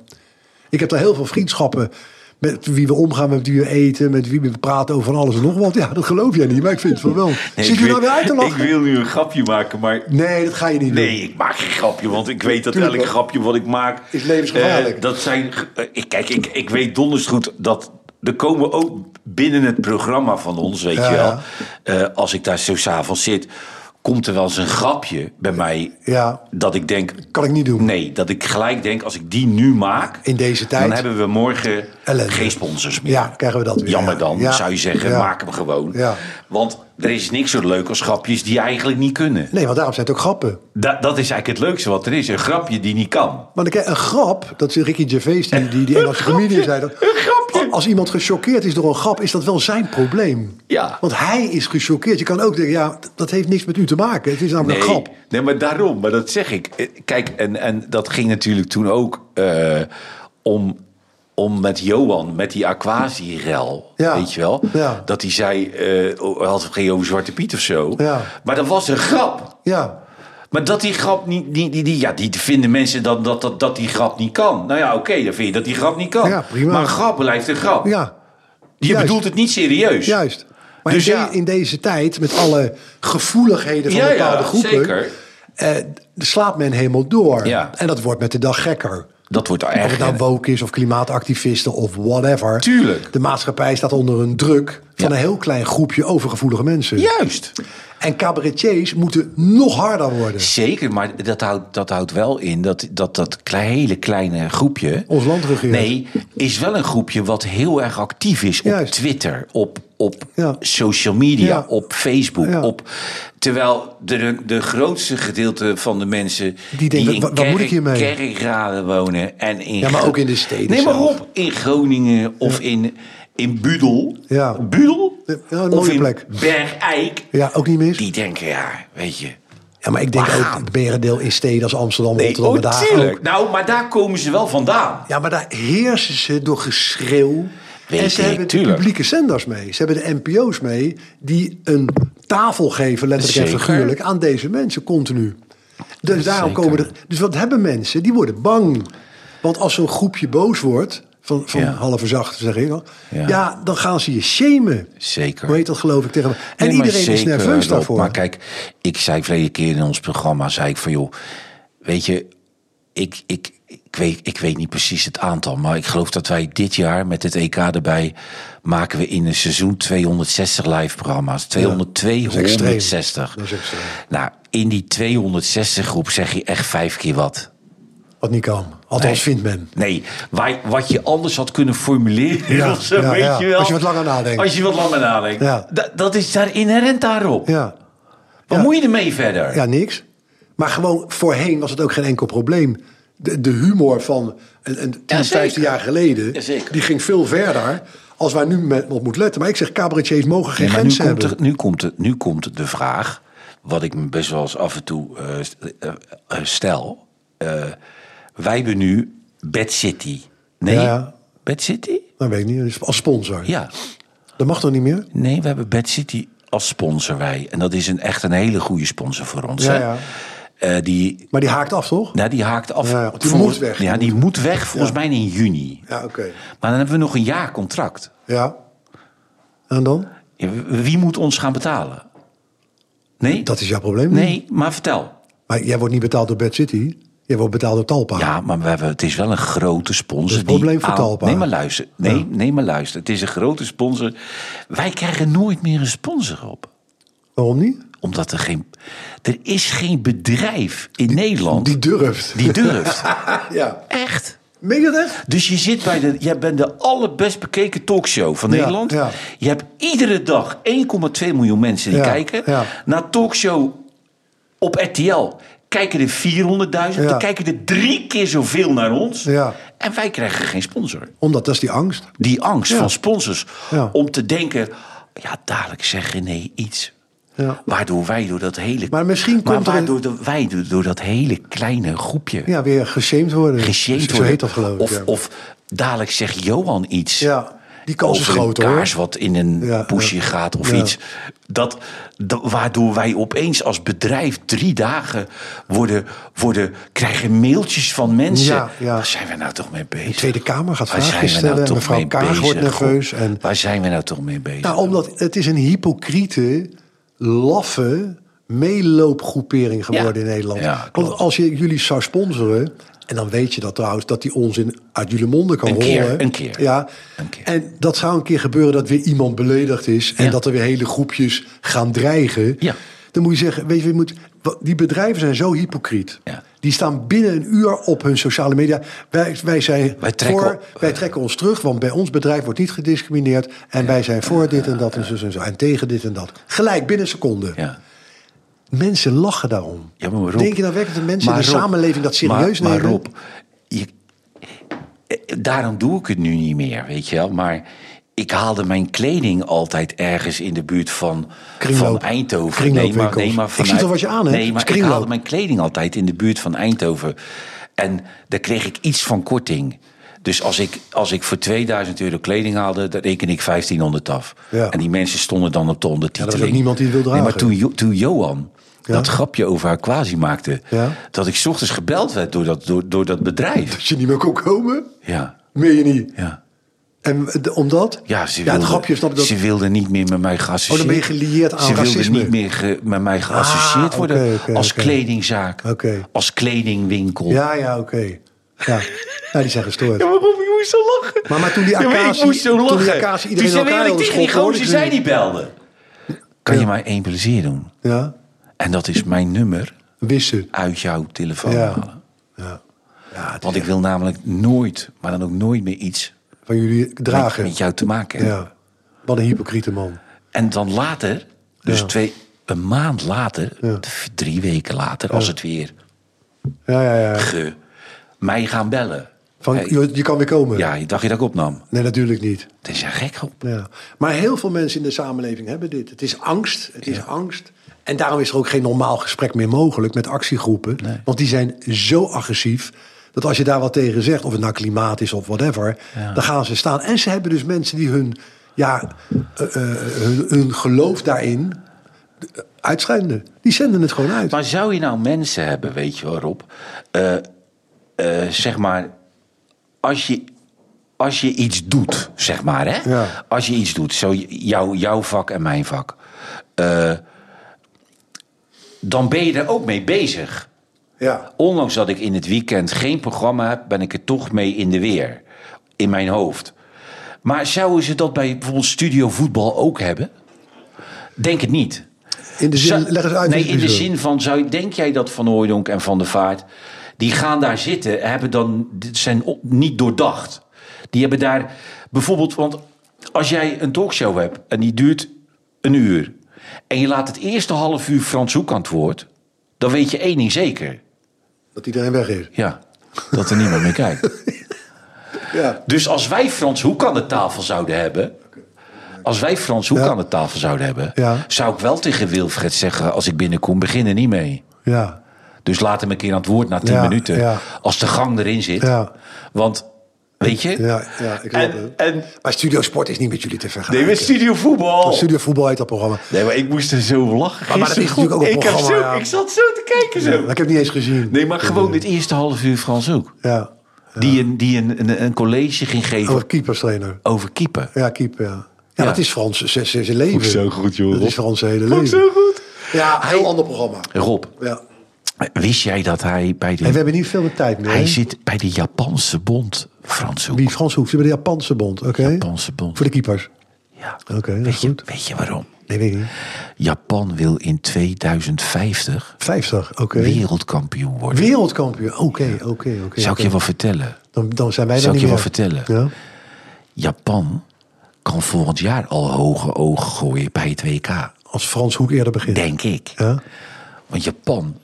Ik heb daar heel veel vriendschappen met wie we omgaan, met wie we eten, met wie we praten over van alles en nog wat. Ja, dat geloof jij niet, maar ik vind het van wel.
Nee,
Zit
ik
je nou
wil-
weer uit te lachen?
Ik wil nu een grapje maken, maar...
Nee, dat ga je niet
Nee,
doen.
ik maak geen grapje, want ik weet dat
Tuurlijk
elk
wel.
grapje wat ik maak...
Is levensgevaarlijk.
eh, dat zijn... eh, ik- kijk, ik, ik weet donders goed dat... Er komen ook binnen het programma van ons, weet
Ja,
je wel...
ja.
eh, als ik daar zo s'avonds zit, komt er wel eens een grapje bij mij...
Ja.
dat ik denk...
Kan ik niet doen.
Nee, dat ik gelijk denk, als ik die nu maak...
In deze tijd.
Dan hebben we morgen
Ellende.
geen sponsors meer.
Ja, krijgen we dat weer.
Jammer
ja.
dan,
Ja.
zou je zeggen,
Ja.
maak hem gewoon.
Ja.
Want er is niks zo leuk als grapjes die je eigenlijk niet kunnen.
Nee, want daarom zijn het ook grappen.
Da- dat is eigenlijk het leukste wat er is, een grapje die niet kan.
Maar dan krijg je een grap, dat is Ricky Gervais, die, die, die Engelse comedian zei dat.
grapje.
Als iemand gechoqueerd is door een grap, is dat wel zijn probleem.
Ja.
Want hij is gechoqueerd. Je kan ook denken, ja, d- dat heeft niks met u te maken. Het is namelijk een grap.
nee, maar daarom, maar dat zeg ik. Eh, Kijk, en, en dat ging natuurlijk toen ook eh, om, om met Johan, met die Aquasi-rel,
Ja.
weet je wel?
Ja.
Dat hij zei, eh oh, had het geen over Zwarte Piet of zo.
Ja.
Maar dat was een grap.
Ja.
Maar dat die grap niet, die, die, die, ja, die vinden mensen dat, dat, dat, dat die grap niet kan. Nou ja, oké, dan vind je dat die grap niet kan.
Ja, prima.
Maar een grap blijft een grap.
Ja,
je
juist.
bedoelt het niet serieus.
juist. Maar
Dus
in, de-
ja.
in deze tijd, met alle gevoeligheden van
Ja, ja,
bepaalde groepen...
zeker.
eh, slaapt men helemaal door.
Ja.
En dat wordt met de dag gekker.
Dat wordt
Of
erg.
het nou woke is of klimaatactivisten of whatever.
Tuurlijk.
De maatschappij staat onder een druk van
Ja.
een heel klein groepje overgevoelige mensen.
Juist.
En cabaretiers moeten nog harder worden.
Zeker, maar dat houdt, dat houdt wel in dat dat, dat klei- hele kleine groepje...
Ons land regeert.
Nee, is wel een groepje wat heel erg actief is op
Juist.
Twitter, op, op
Ja.
social media,
Ja.
op Facebook.
Ja.
Op, terwijl de, de grootste gedeelte van de mensen
Die denken,
in
"Wa- wat moet ik hiermee?"
kerkraden wonen. En in
Ja, maar
Gro-
ook in de steden
Nee, maar
zelf.
op, in Groningen of in, in Budel.
Ja.
Budel?
Ja, een
of
mooie
in
plek.
Bergijk.
Ja, ook niet mis.
Die denken, ja, weet je...
Ja, maar ik denk
Waar
ook
gaan?
het merendeel in steden als Amsterdam, Rotterdam
oh,
en Den Haag
tuurlijk.
ook.
Nou, maar daar komen ze wel vandaan.
Ja, maar daar heersen ze door geschreeuw.
Weet
en ze
ik,
hebben de
tuurlijk.
publieke zenders mee. Ze hebben de NPO's mee die een tafel geven, letterlijk en
Zeker.
figuurlijk, aan deze mensen continu. Dus daarom
Zeker.
komen er. Dus wat hebben mensen? Die worden bang. Want als zo'n groepje boos wordt, van, van
Ja.
halve zacht zeg ik al, ja.
Ja.
dan gaan ze je shamen.
Zeker.
Hoe heet dat geloof ik tegen me? En
Nee, maar
iedereen is
zeker,
nerveus
Rob.
daarvoor.
Maar kijk, ik zei verleden keer in ons programma, zei ik van joh, weet je, ik, ik, ik, weet, ik weet niet precies het aantal, maar ik geloof dat wij dit jaar met het EK erbij maken we in een seizoen 260 live programma's. 200,
dat is extreem.
260.
Dat is extreem.
Nou, in die 260 groep zeg je echt vijf keer wat.
Wat niet kan. Althans,
Nee.
vindt men.
Nee, wij- wat je anders had kunnen formuleren.
Ja,
of zo,
ja,
weet
ja.
Je wel.
Als je wat langer nadenkt.
Als je wat langer nadenkt.
Ja.
Da- dat is daar inherent daarop.
Ja.
Wat
Ja.
moet je ermee verder?
ja, niks. Maar gewoon voorheen was het ook geen enkel probleem. De, de humor van een, een 10,
Ja, zeker.
15 jaar geleden,
Ja, zeker.
die ging veel verder als wij nu met, op moeten letten. Maar ik zeg, cabaretiers mogen geen
Nee, maar nu
grenzen
komt,
hebben.
er, nu, komt er, nu komt de vraag, wat ik me best wel eens af en toe eh, st- eh, eh, stel. Eh, wij hebben nu Bad City. Nee,
Ja, ja.
Bad City?
Dat Nou, weet ik niet, als sponsor.
Ja.
Dat mag toch niet meer?
Nee, we hebben Bad City als sponsor wij. En dat is een, echt een hele goede sponsor voor ons.
Ja,
hè?
ja.
Eh, die,
Maar die haakt af, toch?
Nou, die haakt af.
Ja, die
Volgens-
moet weg.
Ja, die moet weg volgens mij in juni.
Ja, oké.
Maar dan hebben we nog een jaar contract.
Ja. En dan?
Ja, w- Wie moet ons gaan betalen? Nee?
Dat is jouw probleem niet.
Nee, maar vertel.
Maar jij wordt niet betaald door Bad City. Jij wordt betaald door Talpa.
Ja, maar we hebben, het is wel een grote sponsor.
Dat is het probleem
die
voor
aan-
Talpa.
Nee, maar luister. Nee, nee, maar luister. Het is een grote sponsor. Wij krijgen nooit meer een sponsor op.
Waarom niet?
Omdat er geen... Er is geen bedrijf in Nederland
Die durft.
die durft.
Ja.
Echt.
Meen je dat echt?
Dus je zit bij de, jij bent de allerbest bekeken talkshow van
Ja,
Nederland.
ja.
Je hebt iedere dag 1,2 miljoen mensen die
Ja,
kijken.
ja.
Naar talkshow op RTL kijken er 400.000.
Ja.
Dan kijken er drie keer zoveel naar ons.
Ja.
En wij krijgen geen sponsor.
Omdat dat is die angst.
Die angst
Ja.
van sponsors
Ja.
om te denken... Ja, dadelijk zegt René iets.
Ja.
Waardoor wij door dat hele...
Maar misschien
maar
komt er een-
waardoor dat wij door, door dat hele kleine groepje
Ja, weer geshamed worden.
geshamed
Zo
worden.
heet dat geloof ik.
Of,
ja.
of dadelijk zegt Johan iets.
Ja, die kans is
over een
groot, hoor.
kaars wat in een
Ja,
poesje
ja.
gaat of
Ja.
iets. Dat, dat- waardoor wij opeens als bedrijf drie dagen worden, worden krijgen mailtjes van mensen.
Ja, ja.
Waar zijn we nou toch mee bezig? De
Tweede Kamer gaat vragen
nou
stellen. Mevrouw Kaag wordt nerveus en-
Waar zijn we nou toch mee bezig?
Nou, omdat het is een hypocriete, laffe meeloopgroepering geworden
Ja.
in Nederland.
Ja,
Want
klopt.
als je jullie zou sponsoren, en dan weet je dat trouwens, dat die onzin uit jullie monden kan
Een
rollen.
keer, een keer.
Ja.
Een keer.
En dat zou een keer gebeuren dat weer iemand beledigd is en
Ja.
dat er weer hele groepjes gaan dreigen.
Ja.
Dan moet je zeggen, weet je, je moet, wat- die bedrijven zijn zo hypocriet.
Ja.
Die staan binnen een uur op hun sociale media. Wij, wij zijn
Wij trekken
voor,
op-
wij trekken ons terug, want bij ons bedrijf wordt niet gediscrimineerd. En wij zijn voor dit en dat en zo en zo. En tegen dit en dat. Gelijk binnen seconden.
ja.
Mensen lachen daarom.
Ja, maar Rob-
Denk je nou werkelijk dat mensen
Maar
in de
Rob-
samenleving dat serieus
maar,
nemen?
Maar Rob, je- eh, daarom doe ik het nu niet meer, weet je wel. Maar ik haalde mijn kleding altijd ergens in de buurt van, van
Kringloop-
Eindhoven. Nee, maar,
kringloopwinkels.
nee, maar
Ik zie toch wat je aan hebt?
Nee,
Het
maar ik
is
haalde
kringloop.
mijn kleding altijd in de buurt van Eindhoven. En daar kreeg ik iets van korting. Dus als ik, als ik voor 2000 euro kleding haalde, dan reken ik 1500 af.
Ja.
En die mensen stonden dan op de ondertiteling.
ook niemand die het wil
Nee, maar
dragen.
toen, Jo- toen Johan
Ja.
dat grapje over haar quasi maakte,
Ja.
dat ik 's ochtends gebeld werd door dat, door, door dat bedrijf.
Als je niet meer kon komen,
Ja,
meen je niet.
ja.
En eh, de- omdat?
Ja, ze
ja,
wilde,
het grapje is dat ik dat...
ze wilde niet meer met mij geassocieerd
Oh, dan ben je gelieerd aan
Ze
racisme.
wilde niet meer ge- met mij geassocieerd
Ah,
worden
oké, oké,
als
oké.
kledingzaak,
Oké.
als kledingwinkel.
Ja, ja, oké. Ja. ja, die zijn gestoord.
Ja, maar Rob, je moest zo lachen.
Maar- maar toen die
Ja, maar
acacie-
ik moest zo
toen die
lachen.
acacie iedereen
Toen zei
elkaar
ik
wilde
tegen die
schoppen,
gozer,
hoorde ik
zij die belde. Kan
Ja.
je mij één plezier doen?
Ja,
En dat is mijn nummer
wissen.
uit jouw telefoon
Ja.
halen.
Ja. Ja, het is
Want ik wil namelijk nooit, maar dan ook nooit meer iets
van jullie
met,
dragen.
met jou te maken hebben.
Ja. Wat een hypocriete man.
En dan later, dus
Ja.
twee, een maand later,
Ja.
d- drie weken later, als het weer
Ja, ja, ja.
ge, mij gaan bellen.
Van,
Hey,
je, je kan weer komen.
ja, je dacht je dat ik opnam.
Nee, natuurlijk niet.
Het is een gek op.
Ja. Maar heel veel mensen in de samenleving hebben dit. Het is angst. Het is angst. En daarom is er ook geen normaal gesprek meer mogelijk met actiegroepen. Want die zijn zo agressief. Dat als je daar wat tegen zegt, of het nou klimaat is of whatever, dan gaan ze staan. En ze hebben dus mensen die hun, ja, eh, eh, hun, hun geloof daarin uitzenden. Die zenden het gewoon uit.
Maar zou je nou mensen hebben, weet je wel, Rob? Eh, eh, zeg maar, als je, als je iets doet, zeg maar, hè?
Ja.
Als je iets doet, zo jou, jouw vak en mijn vak. eh, dan ben je er ook mee bezig.
ja.
Ondanks dat ik in het weekend geen programma heb, ben ik er toch mee in de weer. In mijn hoofd. Maar zouden ze dat bij bijvoorbeeld studio voetbal ook hebben? Denk het niet.
In de zin,
Zou-
leg eens uit.
Nee,
wat je
in de
bedoelt.
zin van, zou, denk jij dat Van Hooijdonk en Van der Vaart... die gaan daar zitten, hebben dan, dit zijn op- niet doordacht. Die hebben daar bijvoorbeeld... want als jij een talkshow hebt en die duurt een uur... en je laat het eerste half uur Frans Hoek aan het woord... dan weet je één ding zeker.
Dat iedereen weg is.
Ja, dat er niemand meer kijkt.
Ja.
Dus als wij Frans Hoek aan de tafel zouden hebben... Als wij Frans Hoek
Ja.
aan de tafel zouden hebben...
Ja.
zou ik wel tegen Wilfred zeggen als ik binnenkom... begin er niet mee.
Ja.
Dus laat hem een keer aan het woord na 10
Ja,
minuten.
ja.
Als de gang erin zit.
Ja.
Want, weet je?
Ja, ja, ik snap
en,
het.
en,
Maar Studio Sport is niet met jullie te vergelijken.
nee, met Studio Voetbal.
Studio Voetbal heet dat programma.
Nee, maar ik moest er zo om lachen.
Maar- maar dat is
gisteren.
natuurlijk ook een
ik, heb
programma,
zo,
ja.
ik zat zo te kijken zo.
Ik heb het niet eens gezien.
Nee, maar gewoon dit eerste half uur Frans Hoek.
Ja.
Die, een, die een, een, een college ging geven
Over keeperstrainer.
over keeper.
Ja, keeper, ja. Ja,
Ja.
dat is Frans z- z- zijn leven.
Ook zo goed, joh.
Dat
Rob.
is Frans zijn hele leven.
Ook zo goed.
Ja, heel ander programma.
Rob,
Ja.
wist jij dat hij bij de...
En we hebben niet veel meer tijd meer.
Hij
hè?
zit bij de Japanse bond, Frans Hoek.
Die Frans Hoek, ze hebben de Japanse bond, oké?
Japanse bond.
Voor de keepers.
Ja.
Oké, dat is
weet, je,
goed.
weet je waarom?
Nee, weet ik niet.
Japan wil in 2050
50, oké.
wereldkampioen worden.
Wereldkampioen, oké, oké, oké.
Zou ik
oké.
je wat vertellen?
Dan, dan zijn wij
Zou
dan
ik je
niet
wat
meer.
vertellen?
Ja?
Japan kan volgend jaar al hoge ogen gooien bij het WK.
Als Frans Hoek eerder begint.
Denk ik.
Ja?
Want Japan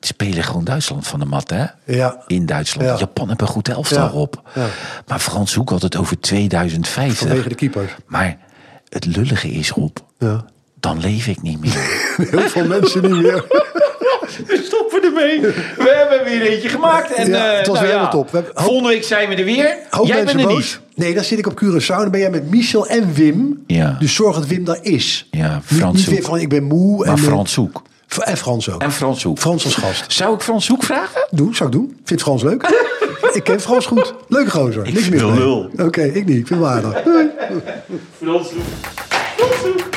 spelen gewoon Duitsland van de mat, hè?
Ja.
In Duitsland.
Ja.
Japan heeft een goed elftal
Ja.
op.
Ja.
Maar Frans Hoek had het over 2050.
Vanwege de keepers.
Maar het lullige is, Rob,
Ja.
dan leef ik niet meer.
Heel veel mensen niet meer.
We stoppen ermee. We hebben weer eentje gemaakt. En,
Ja,
eh,
het was
nou
weer
ja,
helemaal top. We hebben- hoop-
Volgende week zijn we er weer.
Hoop
Jij
mensen
bent er
boos.
niet.
Nee, dan zit ik op Curaçao. Dan ben jij met Michel en Wim.
Ja.
Dus zorg dat Wim daar is.
Ja,
Niet-
Frans
Niet
Hoek.
weer van ik ben moe.
Maar
en, eh,
Frans Hoek.
F- En Frans ook.
En Frans Hoek.
Frans als gast.
Zou ik Frans Hoek vragen?
Doe, zou ik doen. Vind Frans leuk? ik ken Frans goed. Leuke gozer.
Ik
Niks
vind
meer.
hem lul.
Oké, ik niet. Ik vind hem aardig.
Frans Hoek. Frans Hoek.